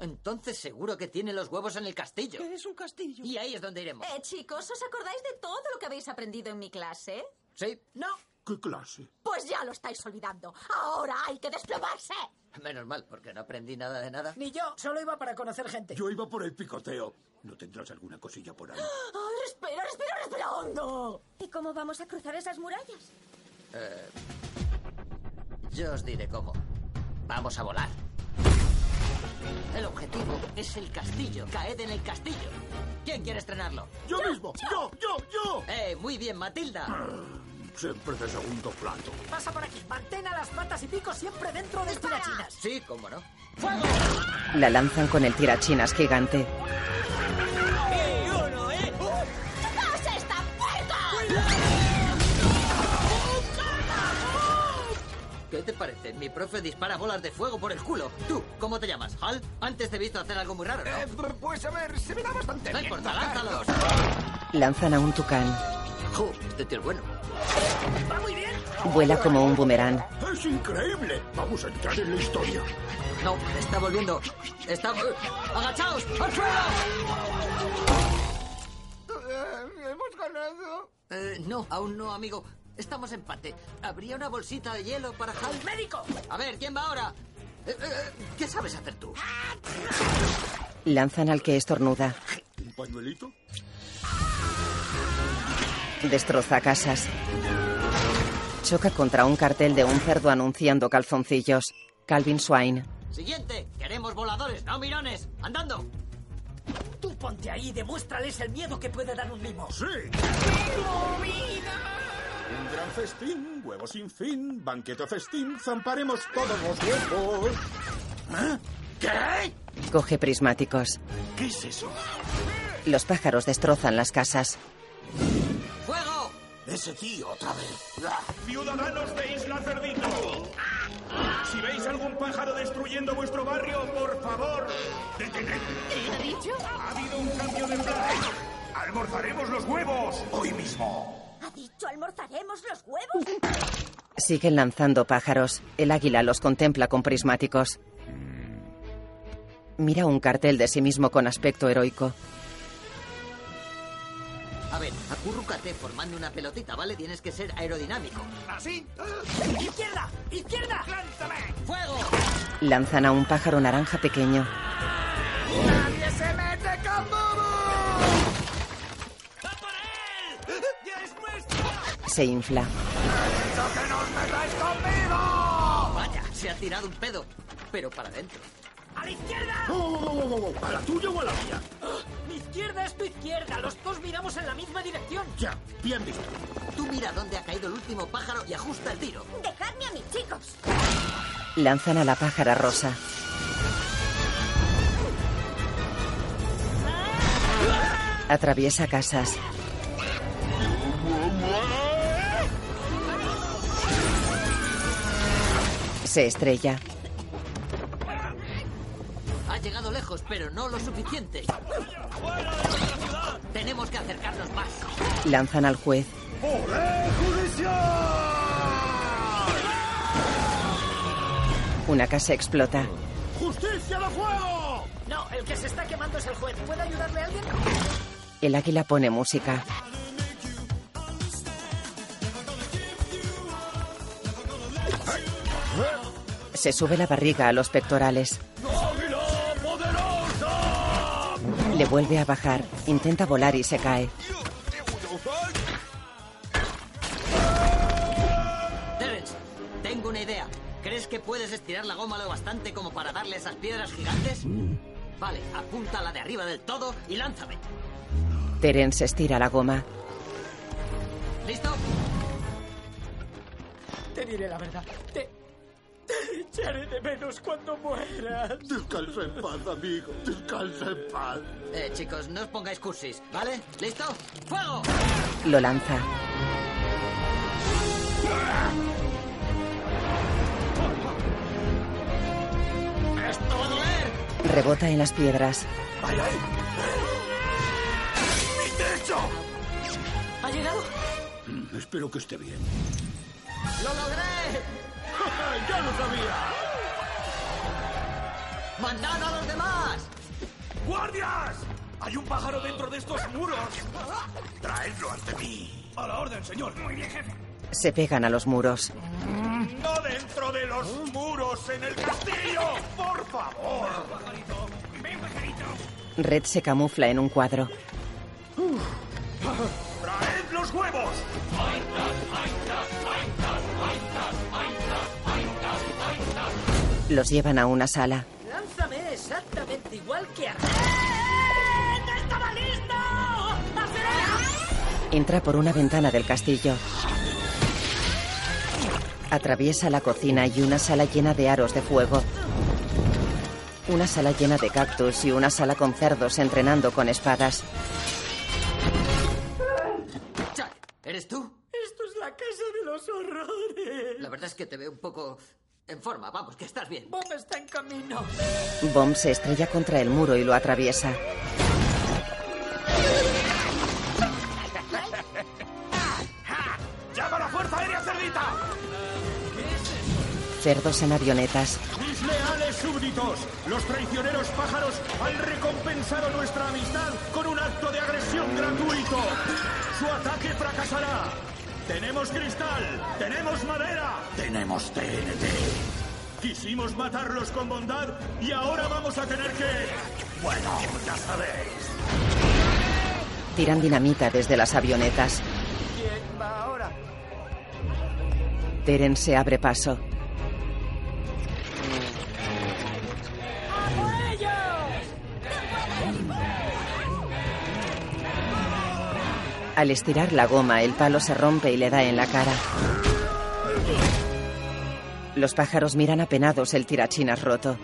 S2: Entonces seguro que tiene los huevos en el castillo.
S21: Es un castillo.
S2: Y ahí es donde iremos.
S12: Eh, chicos, ¿os acordáis de todo lo que habéis aprendido en mi clase?
S2: ¿Sí?
S12: No.
S14: ¿Qué clase?
S12: Pues ya lo estáis olvidando. Ahora hay que desplomarse.
S2: Menos mal, porque no aprendí nada de nada.
S13: Ni yo, solo iba para conocer gente.
S14: Yo iba por el picoteo. ¿No tendrás alguna cosilla por ahí?
S12: ¡Ay, respira, respira, respira hondo!
S5: ¿Y cómo vamos a cruzar esas murallas?
S2: Eh, yo os diré cómo. Vamos a volar. El objetivo es el castillo. Caed en el castillo. ¿Quién quiere estrenarlo?
S14: ¡Yo mismo! ¡Yo, yo, yo!
S2: ¡Eh, muy bien, Matilda!
S14: Siempre de segundo plato.
S13: Pasa por aquí. Mantén a las patas y pico siempre dentro de tirachinas.
S2: Sí, cómo no.
S1: La lanzan con el tirachinas gigante.
S21: ¡Eh, uno,
S16: uh,
S21: eh!
S12: ¡Tu casa está muerta!
S2: ¿Qué te parece? Mi profe dispara bolas de fuego por el culo. Tú, ¿cómo te llamas? ¿Hal? Antes te he visto hacer algo muy raro,
S14: Eh,
S2: ¿no?
S3: pues a ver, se me da bastante
S2: No importa, lánzalos.
S1: Lanzan a un tucán.
S2: Jo, este tío es bueno.
S21: ¡Va muy bien!
S1: Vuela como un boomerang.
S14: ¡Es increíble! Vamos a entrar en la historia.
S2: No, está volviendo. Está... ¡Agachaos! ¡Al
S3: Eh, Hemos ganado.
S2: Eh, no, aún no, amigo. Estamos empate. ¿Habría una bolsita de hielo para Hal?
S21: ¡Médico!
S2: A ver, ¿quién va ahora? Eh, eh, ¿Qué sabes hacer tú?
S1: Lanzan al que estornuda.
S14: ¿Un pañuelito?
S1: Destroza casas. Choca contra un cartel de un cerdo anunciando calzoncillos. Calvin Swine.
S2: Siguiente. Queremos voladores, no mirones. Andando.
S13: Tú ponte ahí y demuéstrales el miedo que puede dar un mimo.
S14: ¡Sí!
S22: Un gran festín, huevos sin fin, banquete festín, zamparemos todos los huevos.
S16: ¿Qué?
S1: Coge prismáticos.
S22: ¿Qué es eso?
S1: Los pájaros destrozan las casas.
S2: ¡Fuego!
S3: Ese tío otra vez.
S16: Ciudadanos de Isla Cerdito, si veis algún pájaro destruyendo vuestro barrio, por favor, detened.
S23: ¿Qué ha dicho?
S16: Ha habido un cambio de planes. Almorzaremos los huevos hoy mismo.
S5: ¿Ha dicho almorzaremos los huevos?
S1: Siguen lanzando pájaros. El águila los contempla con prismáticos. Mira un cartel de sí mismo con aspecto heroico.
S2: A ver, acurrúcate formando una pelotita, ¿vale? Tienes que ser aerodinámico.
S16: ¿Así?
S13: ¿Ah, ¡Izquierda! ¡Izquierda!
S16: ¡Lántame!
S2: ¡Fuego!
S1: Lanzan a un pájaro naranja pequeño.
S3: ¡Nadie se mete con Bubu!
S16: ¡Va por él! ¡Ya es nuestro!
S1: Se infla.
S3: ¡Eso que nos metáis conmigo!
S2: Vaya, se ha tirado un pedo, pero para adentro.
S5: ¡A la izquierda! uh,
S3: ¿A la tuya o a la mía?
S13: Mi izquierda es tu izquierda. Los dos miramos en la misma dirección.
S3: Ya, bien visto.
S2: Tú mira dónde ha caído el último pájaro y ajusta el tiro.
S11: ¡Dejadme a mis chicos!
S1: Lanzan a la pájara rosa. Atraviesa casas. Se estrella.
S2: Ha llegado lejos, pero no lo suficiente. Tenemos que acercarnos más.
S1: Lanzan al juez.
S5: ¡Eh,
S1: Una casa explota.
S5: ¡Justicia de fuego! No, el que se está quemando es el juez. ¿Puede ayudarle alguien?
S1: El águila pone música. Se sube la barriga a los pectorales. Le vuelve a bajar. Intenta volar y se cae.
S2: Terence, tengo una idea. ¿Crees que puedes estirar la goma lo bastante como para darle esas piedras gigantes? Vale, apunta la de arriba del todo y lánzame.
S1: Terence estira la goma.
S2: ¿Listo?
S13: Te diré la verdad. Te, te echaré de menos cuando mueras.
S14: Descansa en paz, amigo. Descansa en paz.
S2: Eh, chicos, no os pongáis cursis, ¿vale? ¿Listo? ¡Fuego!
S1: Lo lanza.
S2: ¡Esto va a doler!
S1: Rebota en las piedras.
S5: ¡Ay,
S16: eh!
S5: ay! ¡Mi techo! ¿Ha llegado?
S14: Mm, Espero que esté bien.
S2: ¡Lo logré!
S5: ¡Ya lo sabía!
S2: ¡Mandad a los demás!
S16: ¡Guardias! Hay un pájaro dentro de estos muros. Traedlo ante mí. A la orden, señor. Muy bien, jefe.
S1: Se pegan a los muros.
S16: No dentro de los muros en el castillo. Por favor.
S1: Red se camufla en un cuadro.
S16: ¡Traed los huevos!
S1: Los llevan a una sala.
S13: Lánzame exactamente igual que a...
S1: Entra por una ventana del castillo. Atraviesa la cocina y una sala llena de aros de fuego. Una sala llena de cactus y una sala con cerdos entrenando con espadas.
S2: Chuck, ¿eres tú?
S13: Esto es la casa de los horrores.
S2: La verdad es que te veo un poco en forma. Vamos, que estás bien.
S13: Bob está en camino.
S1: Bomb se estrella contra el muro y lo atraviesa.
S16: ¡Llama a la fuerza aérea cerdita!
S1: Cerdos en avionetas.
S16: ¡Mis leales súbditos! Los traicioneros pájaros han recompensado nuestra amistad con un acto de agresión gratuito. Su ataque fracasará. Tenemos cristal, tenemos madera, tenemos TNT. Quisimos matarlos con bondad y ahora vamos a tener que... Bueno, ya sabéis.
S1: Tiran dinamita desde las avionetas.
S5: ¿Quién va ahora?
S1: Teren se abre paso.
S16: ¡Este
S1: Al estirar la goma, el palo se rompe y le da en la cara. Los pájaros miran apenados el tirachinas roto.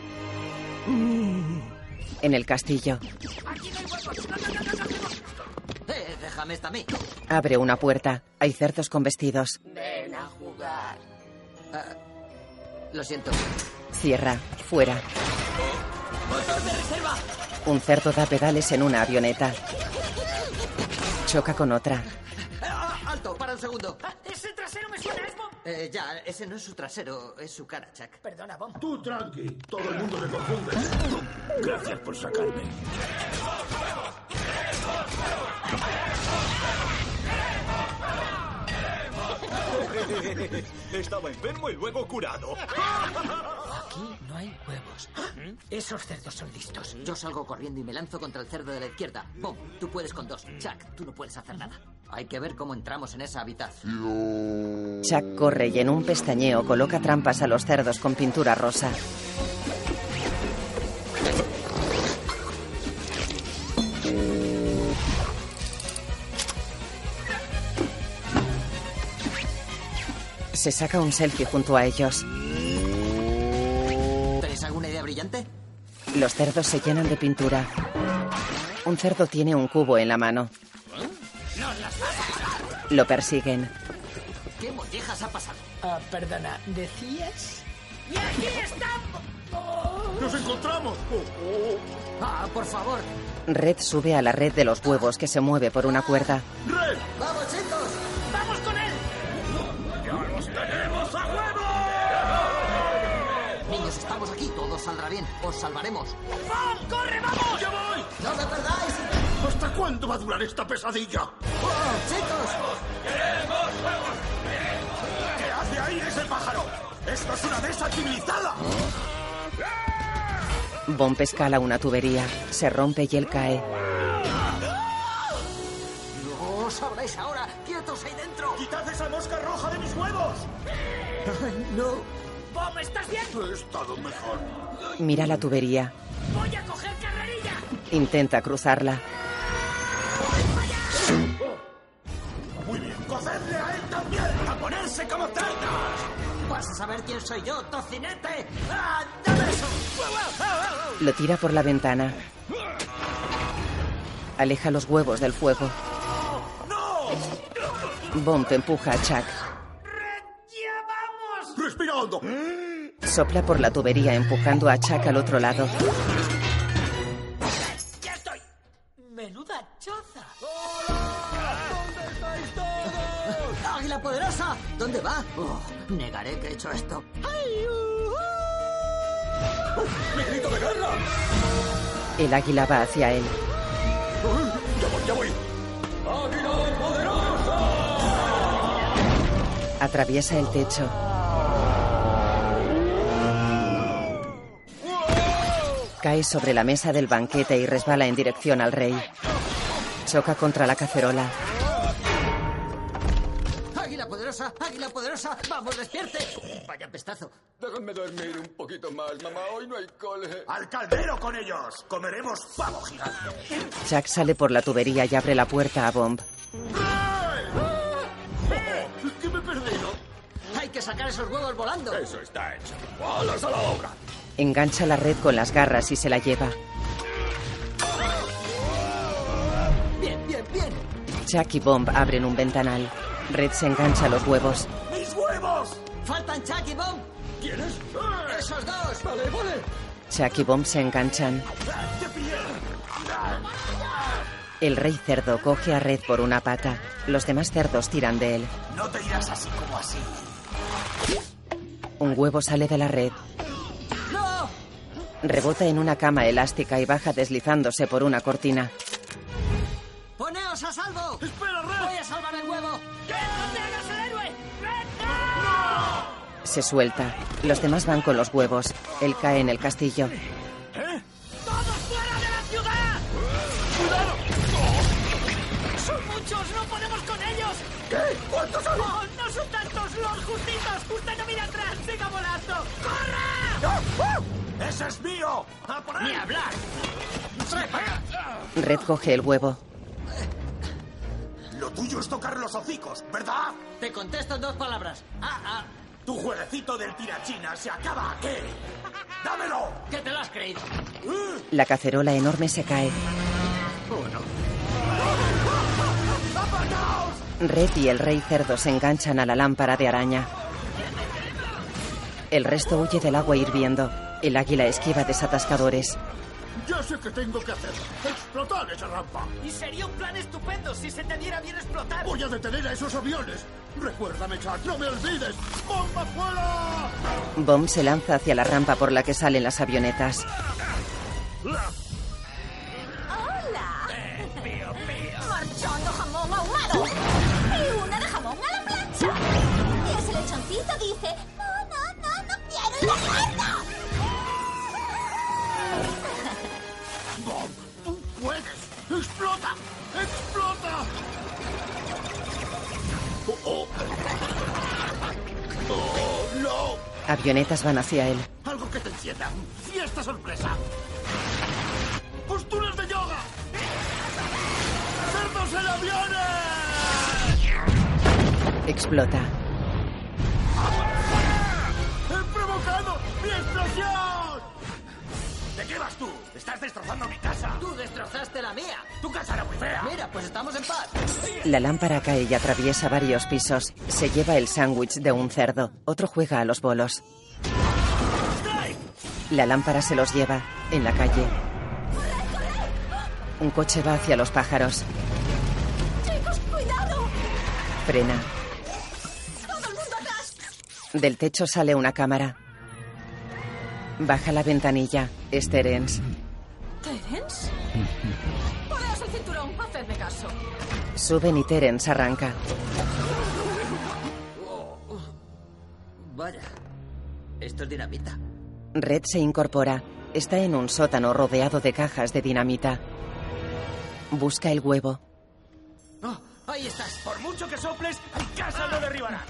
S1: En el castillo,
S2: Eh, déjame esta a mí.
S1: abre una puerta. Hay cerdos con vestidos.
S2: Ven a jugar. Ah, lo siento.
S1: Cierra. Fuera.
S2: ¡Motor de reserva!
S1: Un cerdo da pedales en una avioneta. Choca con otra.
S2: Ah, ¡Alto! ¡Para un segundo!
S5: Ah, ¡Ese trasero me suena, es Bob!
S2: Eh, ya, ese no es su trasero, es su cara, Chuck.
S5: Perdona, Bob.
S14: Tú tranqui. Todo el mundo te confunde. Gracias por sacarme.
S16: Estaba enfermo y luego curado.
S13: Aquí no hay huevos.
S5: Ah,
S13: Esos cerdos son listos.
S2: Yo salgo corriendo y me lanzo contra el cerdo de la izquierda. Bob, tú puedes con dos. Chuck, tú no puedes hacer nada. Hay que ver cómo entramos en esa habitación.
S1: Chuck corre y en un pestañeo coloca trampas a los cerdos con pintura rosa. Se saca un selfie junto a ellos.
S2: ¿Tenéis alguna idea brillante?
S1: Los cerdos se llenan de pintura. Un cerdo tiene un cubo en la mano. Lo persiguen.
S2: ¿Qué mollejas ha pasado?
S13: Ah, perdona, ¿decías?
S5: ¡Y aquí estamos!
S3: ¡Nos encontramos!
S2: ¡Ah, por favor!
S1: Red sube a la red de los huevos que se mueve por una cuerda.
S3: ¡Red!
S5: ¡Vamos, chicos! ¡Vamos con él!
S3: ¡Ya los tenemos a huevo!
S2: Niños, estamos aquí. Todo saldrá bien. Os salvaremos.
S5: ¡Pam! ¡Corre, vamos!
S3: ¡Ya voy!
S5: ¡No me perdáis!
S14: ¿Hasta cuándo va a durar esta pesadilla?
S16: Ah,
S5: ¡Oh, chicos!
S3: ¿Qué hace ahí ese pájaro? ¡Esto es una mesa civilizada!
S1: Bomb escala una tubería. Se rompe y él cae.
S2: ¡No os sabréis Oh, ahora! ¡Quietos ahí dentro!
S3: ¡Quitad esa mosca roja de mis huevos!
S2: ¡Ay, no!
S5: ¡Bom, estás bien!
S14: He estado mejor.
S1: Mira la tubería.
S5: ¡Voy a coger carrerilla!
S1: Intenta cruzarla.
S3: Muy bien, cocedle a él también, a ponerse como tartas.
S2: ¡Vas a saber quién soy yo, tocinete! ¡Ah, dame eso!
S1: Lo tira por la ventana. Aleja los huevos del fuego. Bomb empuja a Chuck.
S14: ¡Respira hondo!
S1: Sopla por la tubería empujando a Chuck al otro lado.
S5: ¡Ya estoy! ¡Menuda choza!
S2: ¡Águila poderosa! ¿Dónde va? Uf, negaré que he hecho esto.
S14: uh,
S3: ¡Mi grito de guerra!
S1: El águila va hacia él.
S3: ¡Ya voy, ya voy! ¡Águila poderosa!
S1: Atraviesa el techo. Cae sobre la mesa del banquete y resbala en dirección al rey. Choca contra la cacerola.
S2: ¡Águila poderosa! ¡Águila poderosa! ¡Vamos, despierte! ¡Vaya pestazo!
S24: Déjenme dormir un poquito más, mamá. Hoy no hay cole.
S3: ¡Al caldero con ellos! ¡Comeremos pavo gigante!
S1: Chuck sale por la tubería y abre la puerta a Bomb.
S14: ¿Qué me he perdido?
S2: ¡Hay que sacar esos huevos volando!
S24: Eso está hecho. ¡Balas a la obra!
S1: Engancha la red con las garras y se la lleva.
S2: ¡Bien, bien, bien!
S1: Chuck y Bomb abren un ventanal. Red se engancha a los huevos.
S3: ¡Mis huevos!
S2: ¡Faltan Chuck y Bomb!
S3: ¿Quieres?
S2: ¡Esos dos!
S3: ¡Vale, vale!
S1: Chuck y Bomb se enganchan.
S3: ¡Te pillé!
S1: El rey cerdo coge a Red por una pata. Los demás cerdos tiran de él.
S3: No te irás así como así.
S1: Un huevo sale de la red.
S2: ¡No!
S1: Rebota en una cama elástica y baja deslizándose por una cortina.
S2: ¡Poneos a salvo!
S3: ¡Espera, Red!
S2: ¡Voy a salvar el huevo!
S5: ¡No te hagas el héroe!
S1: Se suelta. Los demás van con los huevos. Él cae en el castillo.
S5: ¿Eh? ¡Todos fuera de la ciudad! ¡Son muchos! ¡No podemos con ellos!
S3: ¿Qué? ¿Cuántos son?
S5: ¡Oh, no son tantos! ¡Los justitos! ¡Usted no mira atrás! ¡Siga volando! ¡Corra!
S3: ¡Ah! ¡Ah! ¡Ese es mío! ¡A por él!
S25: ¡Ni hablar!
S1: Red coge el huevo.
S3: Lo tuyo es tocar los hocicos, ¿verdad?
S2: Te contesto en dos palabras. ¡Ah, ah!
S3: Tu jueguecito del tirachina se acaba aquí. ¡Dámelo!
S2: ¿Qué te lo has creído?
S16: ¿Eh?
S1: La cacerola enorme se cae. Red y el rey cerdo se enganchan a la lámpara de araña. El resto huye del agua hirviendo. El águila esquiva desatascadores.
S14: Ya sé qué tengo que hacer. Explotar esa rampa.
S5: Y sería un plan estupendo si se te diera bien explotar.
S14: Voy a detener a esos aviones. Recuérdame, Chuck, no me olvides. ¡Bomba fuera!
S1: Bomb se lanza hacia la rampa por la que salen las avionetas.
S12: ¡Hola!
S5: Eh,
S12: Marchando jamón ahumado. Y una de jamón a la plancha. Y ese lechoncito dice: No, no, no, no quiero ir a muerto".
S14: ¡Bob! ¡Tú puedes! ¡Explota! ¡Explota! ¡Oh, oh! ¡Oh, no!
S1: Avionetas van hacia él.
S14: ¡Algo que te encienda! ¡Fiesta sorpresa! ¡Posturas de yoga!
S15: ¡Convertirnos en aviones!
S1: Explota.
S15: ¡He provocado mi explosión!
S16: ¿De qué vas tú? ¡Estás destrozando mi casa!
S2: ¡Tú destrozaste la mía!
S16: ¡Tu casa era muy fea!
S2: Mira, pues estamos en paz.
S1: La lámpara cae y atraviesa varios pisos. Se lleva el sándwich de un cerdo. Otro juega a los bolos. La lámpara se los lleva en la calle. Un coche va hacia los pájaros.
S8: Chicos, cuidado.
S1: Frena.
S8: Todo el mundo atrás.
S1: Del techo sale una cámara. Baja la ventanilla. Es Terence.
S9: ¿Terence? Poneos el cinturón, hacedme caso.
S1: Suben y Terence arranca.
S2: Vaya, esto es dinamita.
S1: Red se incorpora. Está en un sótano rodeado de cajas de dinamita. Busca el huevo.
S2: Oh, Ahí estás.
S16: Por mucho que soples, mi casa lo derribará.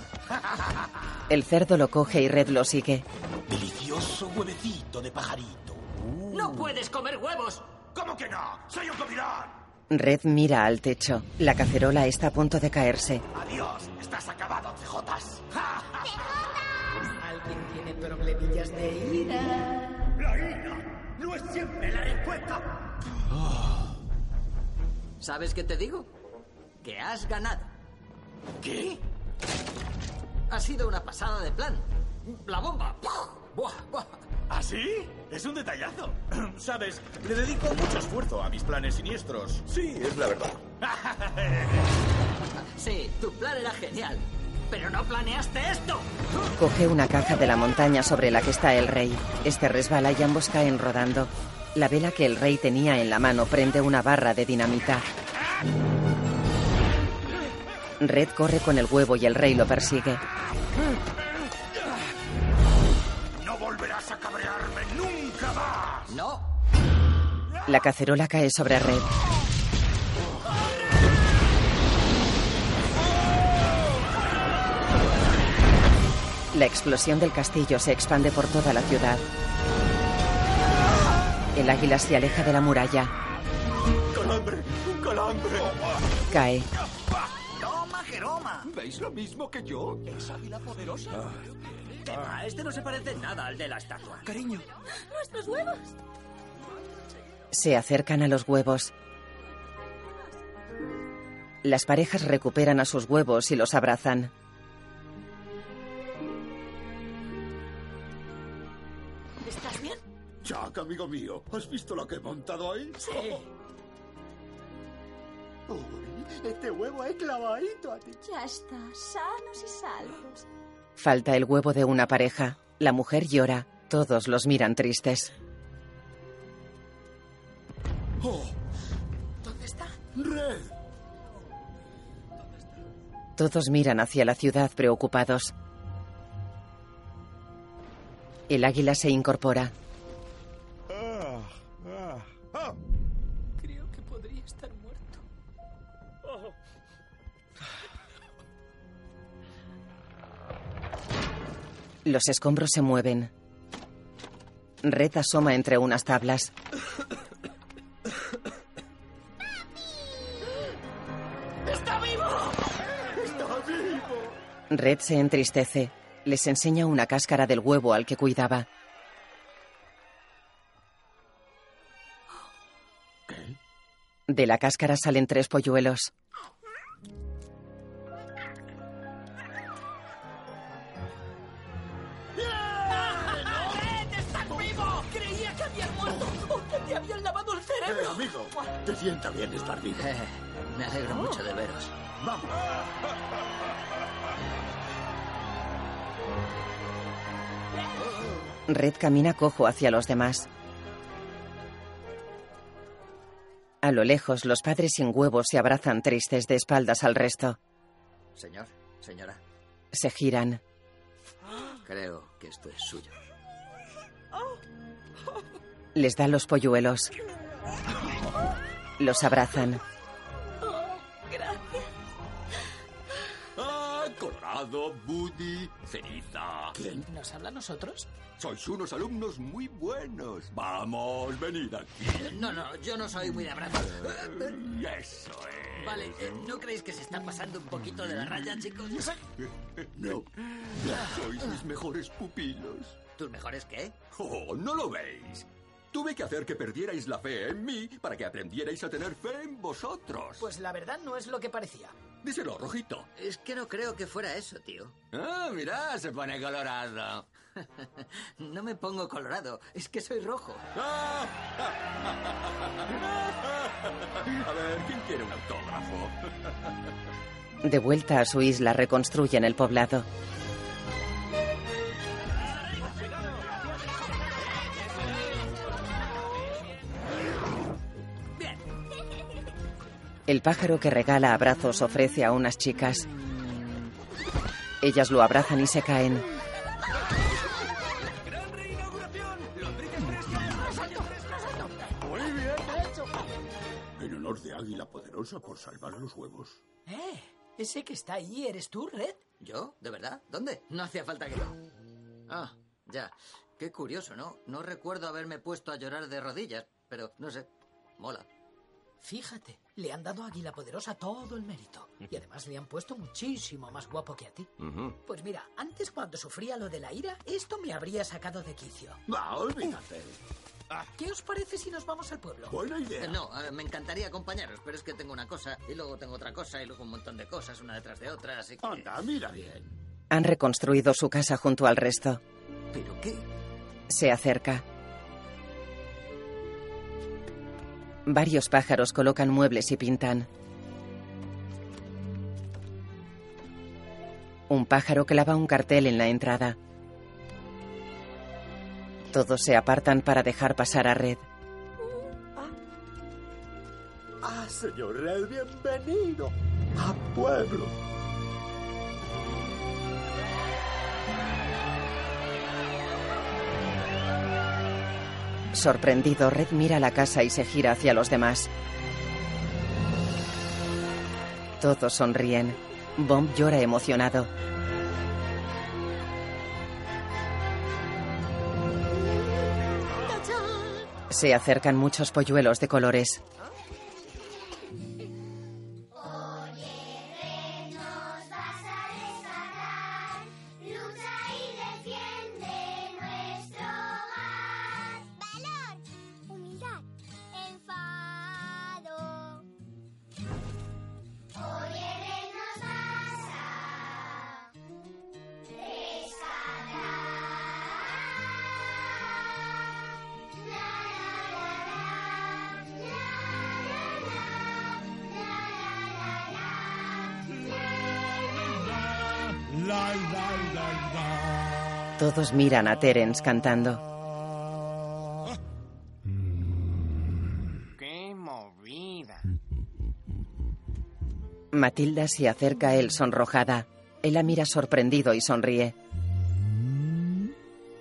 S1: El cerdo lo coge y Red lo sigue.
S16: Delicioso huevecito de pajarito. Uh.
S2: ¡No puedes comer huevos!
S16: ¿Cómo que no? ¡Soy un comidor!
S1: Red mira al techo. La cacerola está a punto de caerse.
S16: ¡Adiós! ¡Estás acabado, cejotas!
S5: Alguien tiene problemillas de ira. La ira no es siempre la respuesta.
S2: ¿Sabes qué te digo? Que has ganado. ¿Qué? Ha sido una pasada de plan. La bomba. ¡Puf! Buah, buah.
S3: ¿Ah,
S16: ¿Así? Es un detallazo. Sabes, le dedico mucho esfuerzo a mis planes siniestros. Sí, es la verdad.
S2: Sí, tu plan era genial. Pero no planeaste esto.
S1: Coge una caja de la montaña sobre la que está el rey. Este resbala y ambos caen rodando. La vela que el rey tenía en la mano prende una barra de dinamita. Red corre con el huevo y el rey lo persigue.
S16: ¡No volverás a cabrearme nunca más!
S2: ¡No!
S1: La cacerola cae sobre Red. La explosión del castillo se expande por toda la ciudad. El águila se aleja de la muralla.
S16: ¡Un calambre! ¡Un calambre!
S1: Cae.
S26: ¡Toma, Jeroma!
S16: ¿Veis lo mismo que yo? ¿Es águila poderosa?
S26: ¿Qué va? Este no se parece en nada al de la estatua. Cariño.
S8: Nuestros huevos.
S1: Se acercan a los huevos. Las parejas recuperan a sus huevos y los abrazan.
S9: ¿Estás bien?
S14: Jack, amigo mío, ¿has visto lo que he montado ahí? Sí.
S3: Este huevo es clavadito a ti.
S8: Ya está, sanos y salvos.
S1: Falta el huevo de una pareja. La mujer llora. Todos los miran tristes.
S9: ¿Dónde está?
S14: ¡Red!
S1: Todos miran hacia la ciudad preocupados. El águila se incorpora.
S9: Creo que podría estar muerto.
S1: Los escombros se mueven. Red asoma entre unas tablas.
S5: ¡Está vivo!
S3: ¡Está vivo!
S1: Red se entristece. Les enseña una cáscara del huevo al que cuidaba. De la cáscara salen tres polluelos.
S5: ¡Red, estás vivo! Creía que habías muerto o que te habían lavado el cerebro.
S14: amigo, te sienta bien estar vivo.
S26: Eh,
S2: me
S16: Oh.
S2: alegro mucho de veros.
S14: Vamos.
S1: Red camina cojo hacia los demás. A lo lejos, los padres sin huevos se abrazan tristes de espaldas al resto.
S2: Señor, señora,
S1: Se giran.
S5: Ah.
S2: creo que esto es suyo.
S1: Les da los polluelos. Los abrazan.
S9: Gracias.
S16: ¡Ah, Colorado!
S20: Eduardo, Buddy, Ceniza.
S13: ¿Quién? ¿Nos habla a nosotros?
S20: Sois unos alumnos muy buenos. Vamos, venid aquí.
S13: No, no, yo no soy muy de abrazos.
S20: Eso es.
S13: Vale, eh, ¿no creéis que se están pasando un poquito de la raya, chicos?
S20: No. Sois mis mejores pupilos.
S13: ¿Tus mejores qué?
S20: Oh, ¿no lo veis? Tuve que hacer que perdierais la fe en mí para que aprendierais a tener fe en vosotros.
S13: Pues la verdad no es lo que parecía.
S20: Díselo, rojito.
S2: Es que no creo que fuera eso, tío.
S16: Ah, mirá, se pone colorado.
S2: No me pongo colorado, es que soy rojo.
S20: A ver, ¿quién quiere un autógrafo?
S1: De vuelta a su isla reconstruyen el poblado. El pájaro que regala abrazos ofrece a unas chicas. Ellas lo abrazan y se caen.
S14: Muy bien hecho. En honor de Águila Poderosa por salvar los huevos.
S13: ¿Eh? ¿Ese que está ahí eres tú, Red?
S2: ¿Yo? ¿De verdad? ¿Dónde? No hacía falta que... Ah, ya. Qué curioso, ¿no? No recuerdo haberme puesto a llorar de rodillas, pero no sé. Mola.
S13: Fíjate, le han dado a Águila Poderosa todo el mérito. Y además le han puesto muchísimo más guapo que a ti. Pues mira, antes cuando sufría lo de la ira, esto me habría sacado de quicio.
S14: Va, olvídate.
S2: Ah.
S13: ¿Qué os parece si nos vamos al pueblo?
S14: Buena idea.
S2: Eh, No, eh, me encantaría acompañaros, pero es que tengo una cosa, y luego tengo otra cosa, y luego un montón de cosas, una detrás de otra, así que...
S14: Anda, mira bien.
S1: Han reconstruido su casa junto al resto.
S2: ¿Pero qué?
S1: Se acerca. Varios pájaros colocan muebles y pintan. Un pájaro clava un cartel en la entrada. Todos se apartan para dejar pasar a Red.
S3: Ah, señor Red, bienvenido a Pueblo.
S1: Sorprendido, Red mira la casa y se gira hacia los demás. Todos sonríen. Bomb llora emocionado. Se acercan muchos polluelos de colores.
S6: Lucha y defiende nuestro hogar. Valor, humildad, enfado. Hoy el rey nos vas a rescatar. La, la, la,
S27: La, la, la, la.
S1: Todos miran a Terence cantando.
S17: ¡Qué movida!
S1: Matilda se acerca a él sonrojada. Él la mira sorprendido y sonríe.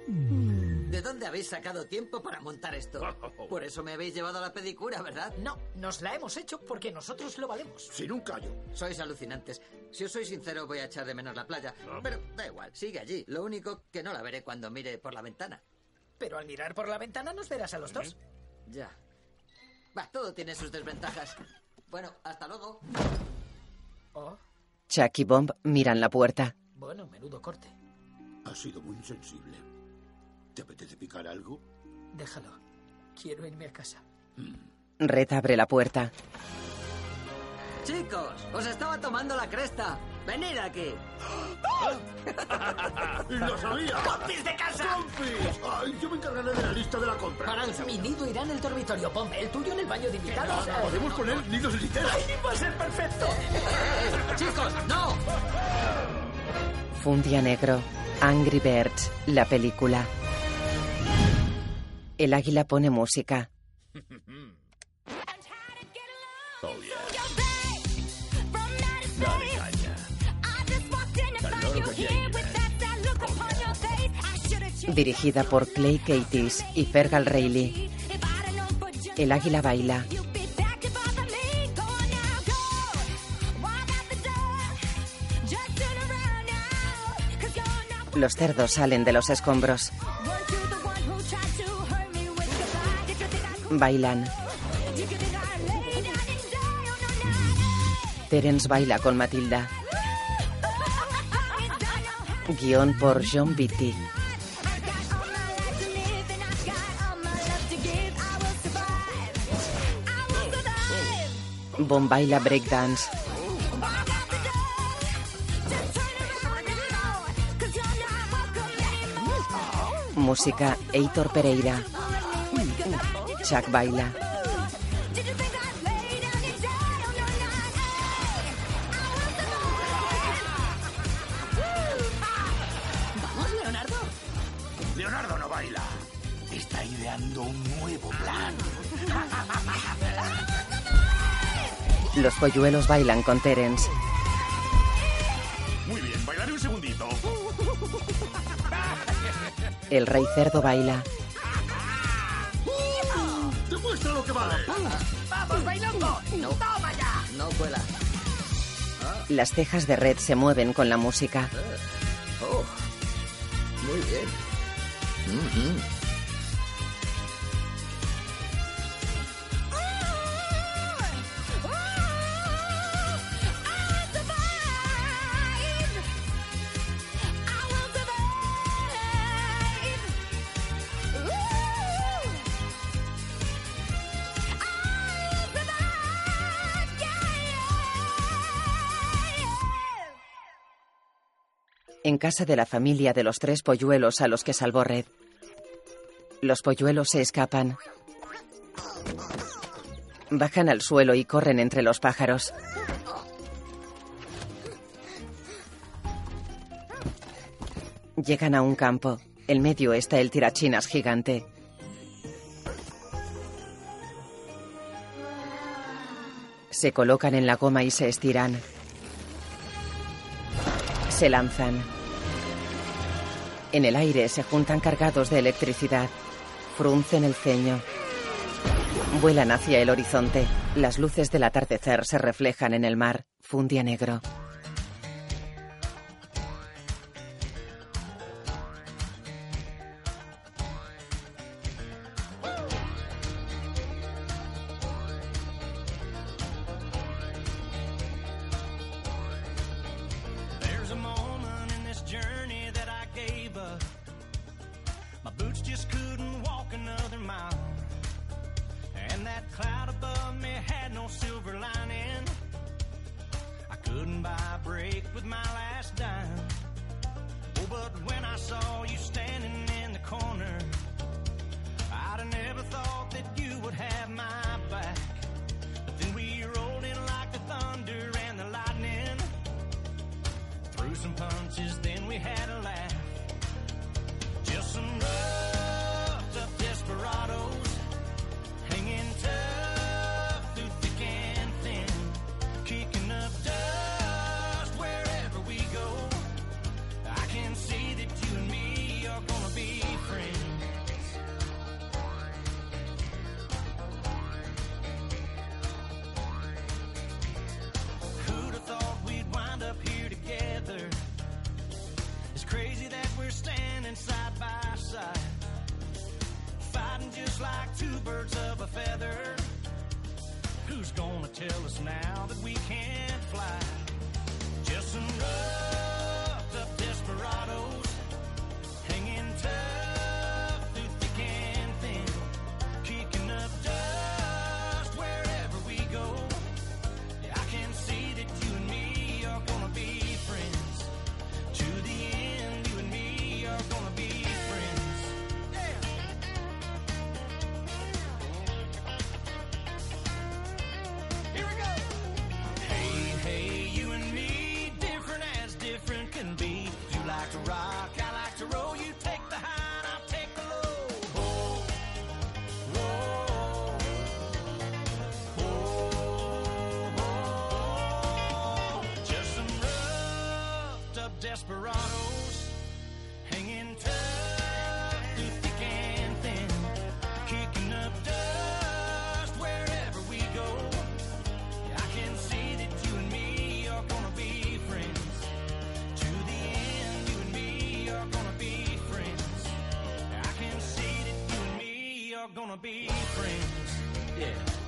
S2: ¿De dónde habéis sacado tiempo para montar esto? Por eso me habéis llevado a la pedicura, ¿verdad?
S13: No, nos la hemos hecho porque nosotros lo valemos.
S14: Sin un callo.
S2: Sois alucinantes. Si os soy sincero, voy a echar de menos la playa.
S14: Ah.
S2: Pero da igual, sigue allí. Lo único que no la veré cuando mire por la ventana.
S13: Pero al mirar por la ventana nos verás a los dos.
S2: Ya. Va, todo tiene sus desventajas. Bueno, hasta luego.
S1: Chuck y Bomb miran la puerta.
S13: Bueno, menudo corte.
S14: Has sido muy insensible. ¿Te apetece picar algo?
S13: Déjalo. Quiero irme a casa.
S1: Red abre la puerta.
S2: Chicos, os estaba tomando la cresta. Venid aquí.
S14: ¡Lo sabía!
S13: ¡Compis de casa!
S14: ¡Compis! ¡Ay, yo me encargaré de la lista de la compra!
S13: Para Mi nido irá en el dormitorio, Bomb. El tuyo en el baño de invitados.
S14: Ah, Podemos poner nidos en literas.
S13: ¡Ay, va a ser perfecto! ¡Chicos, no!
S1: Fundia negro. Angry Birds. La película. El águila pone música.
S20: Oh, Dale caña. Al loro que llegue.
S1: Dirigida por Clay Catis y Fergal Reilly. El águila baila. Los cerdos salen de los escombros. Bailan. Terence baila con Matilda. Guión por John Beatty. Bon baila breakdance. Música Heitor Pereira. Chuck baila.
S5: ¡Vamos, Leonardo!
S16: Leonardo no baila. Está ideando un nuevo plan.
S1: Los polluelos bailan con Terence.
S16: Muy bien, bailaré un segundito.
S1: El rey cerdo baila.
S16: ¡Demuestra lo que vale!
S5: ¡Vamos, bailando! ¡Toma ya!
S2: No cuela.
S1: Las cejas de Red se mueven con la música.
S2: Oh, muy bien.
S1: En casa de la familia de los tres polluelos a los que salvó Red. Los polluelos se escapan. Bajan al suelo y corren entre los pájaros. Llegan a un campo. En medio está el tirachinas gigante. Se colocan en la goma y se estiran. Se lanzan. En el aire se juntan cargados de electricidad. Fruncen el ceño. Vuelan hacia el horizonte. Las luces del atardecer se reflejan en el mar. Fundia negro.
S17: There's a moment in this journey that I gave up. My boots just couldn't walk another mile. And that cloud above me had no silver lining. I couldn't buy a break with my last dime. Oh, but when I saw you standing in the corner, I'd have never thought that you would have my back. But then we rolled in like the thunder and the lightning. Threw some punches, then we had a laugh. Just some roughed up desperados, hanging tough through thick and thin, kicking up dust wherever we go. I can see that you and me are gonna be friends. Who'd have thought we'd wind up here together? It's crazy that we're standing side by side, fighting just like two birds of a feather. Who's gonna tell us now that we can't fly? Just some roughed up desperados, hanging tough through thick and thin, kicking up dust wherever we go. I can see that you and me are gonna be friends. To the end, you and me are gonna be friends. Here we go. Hey, hey, you and me, different as different gonna be friends. Yeah.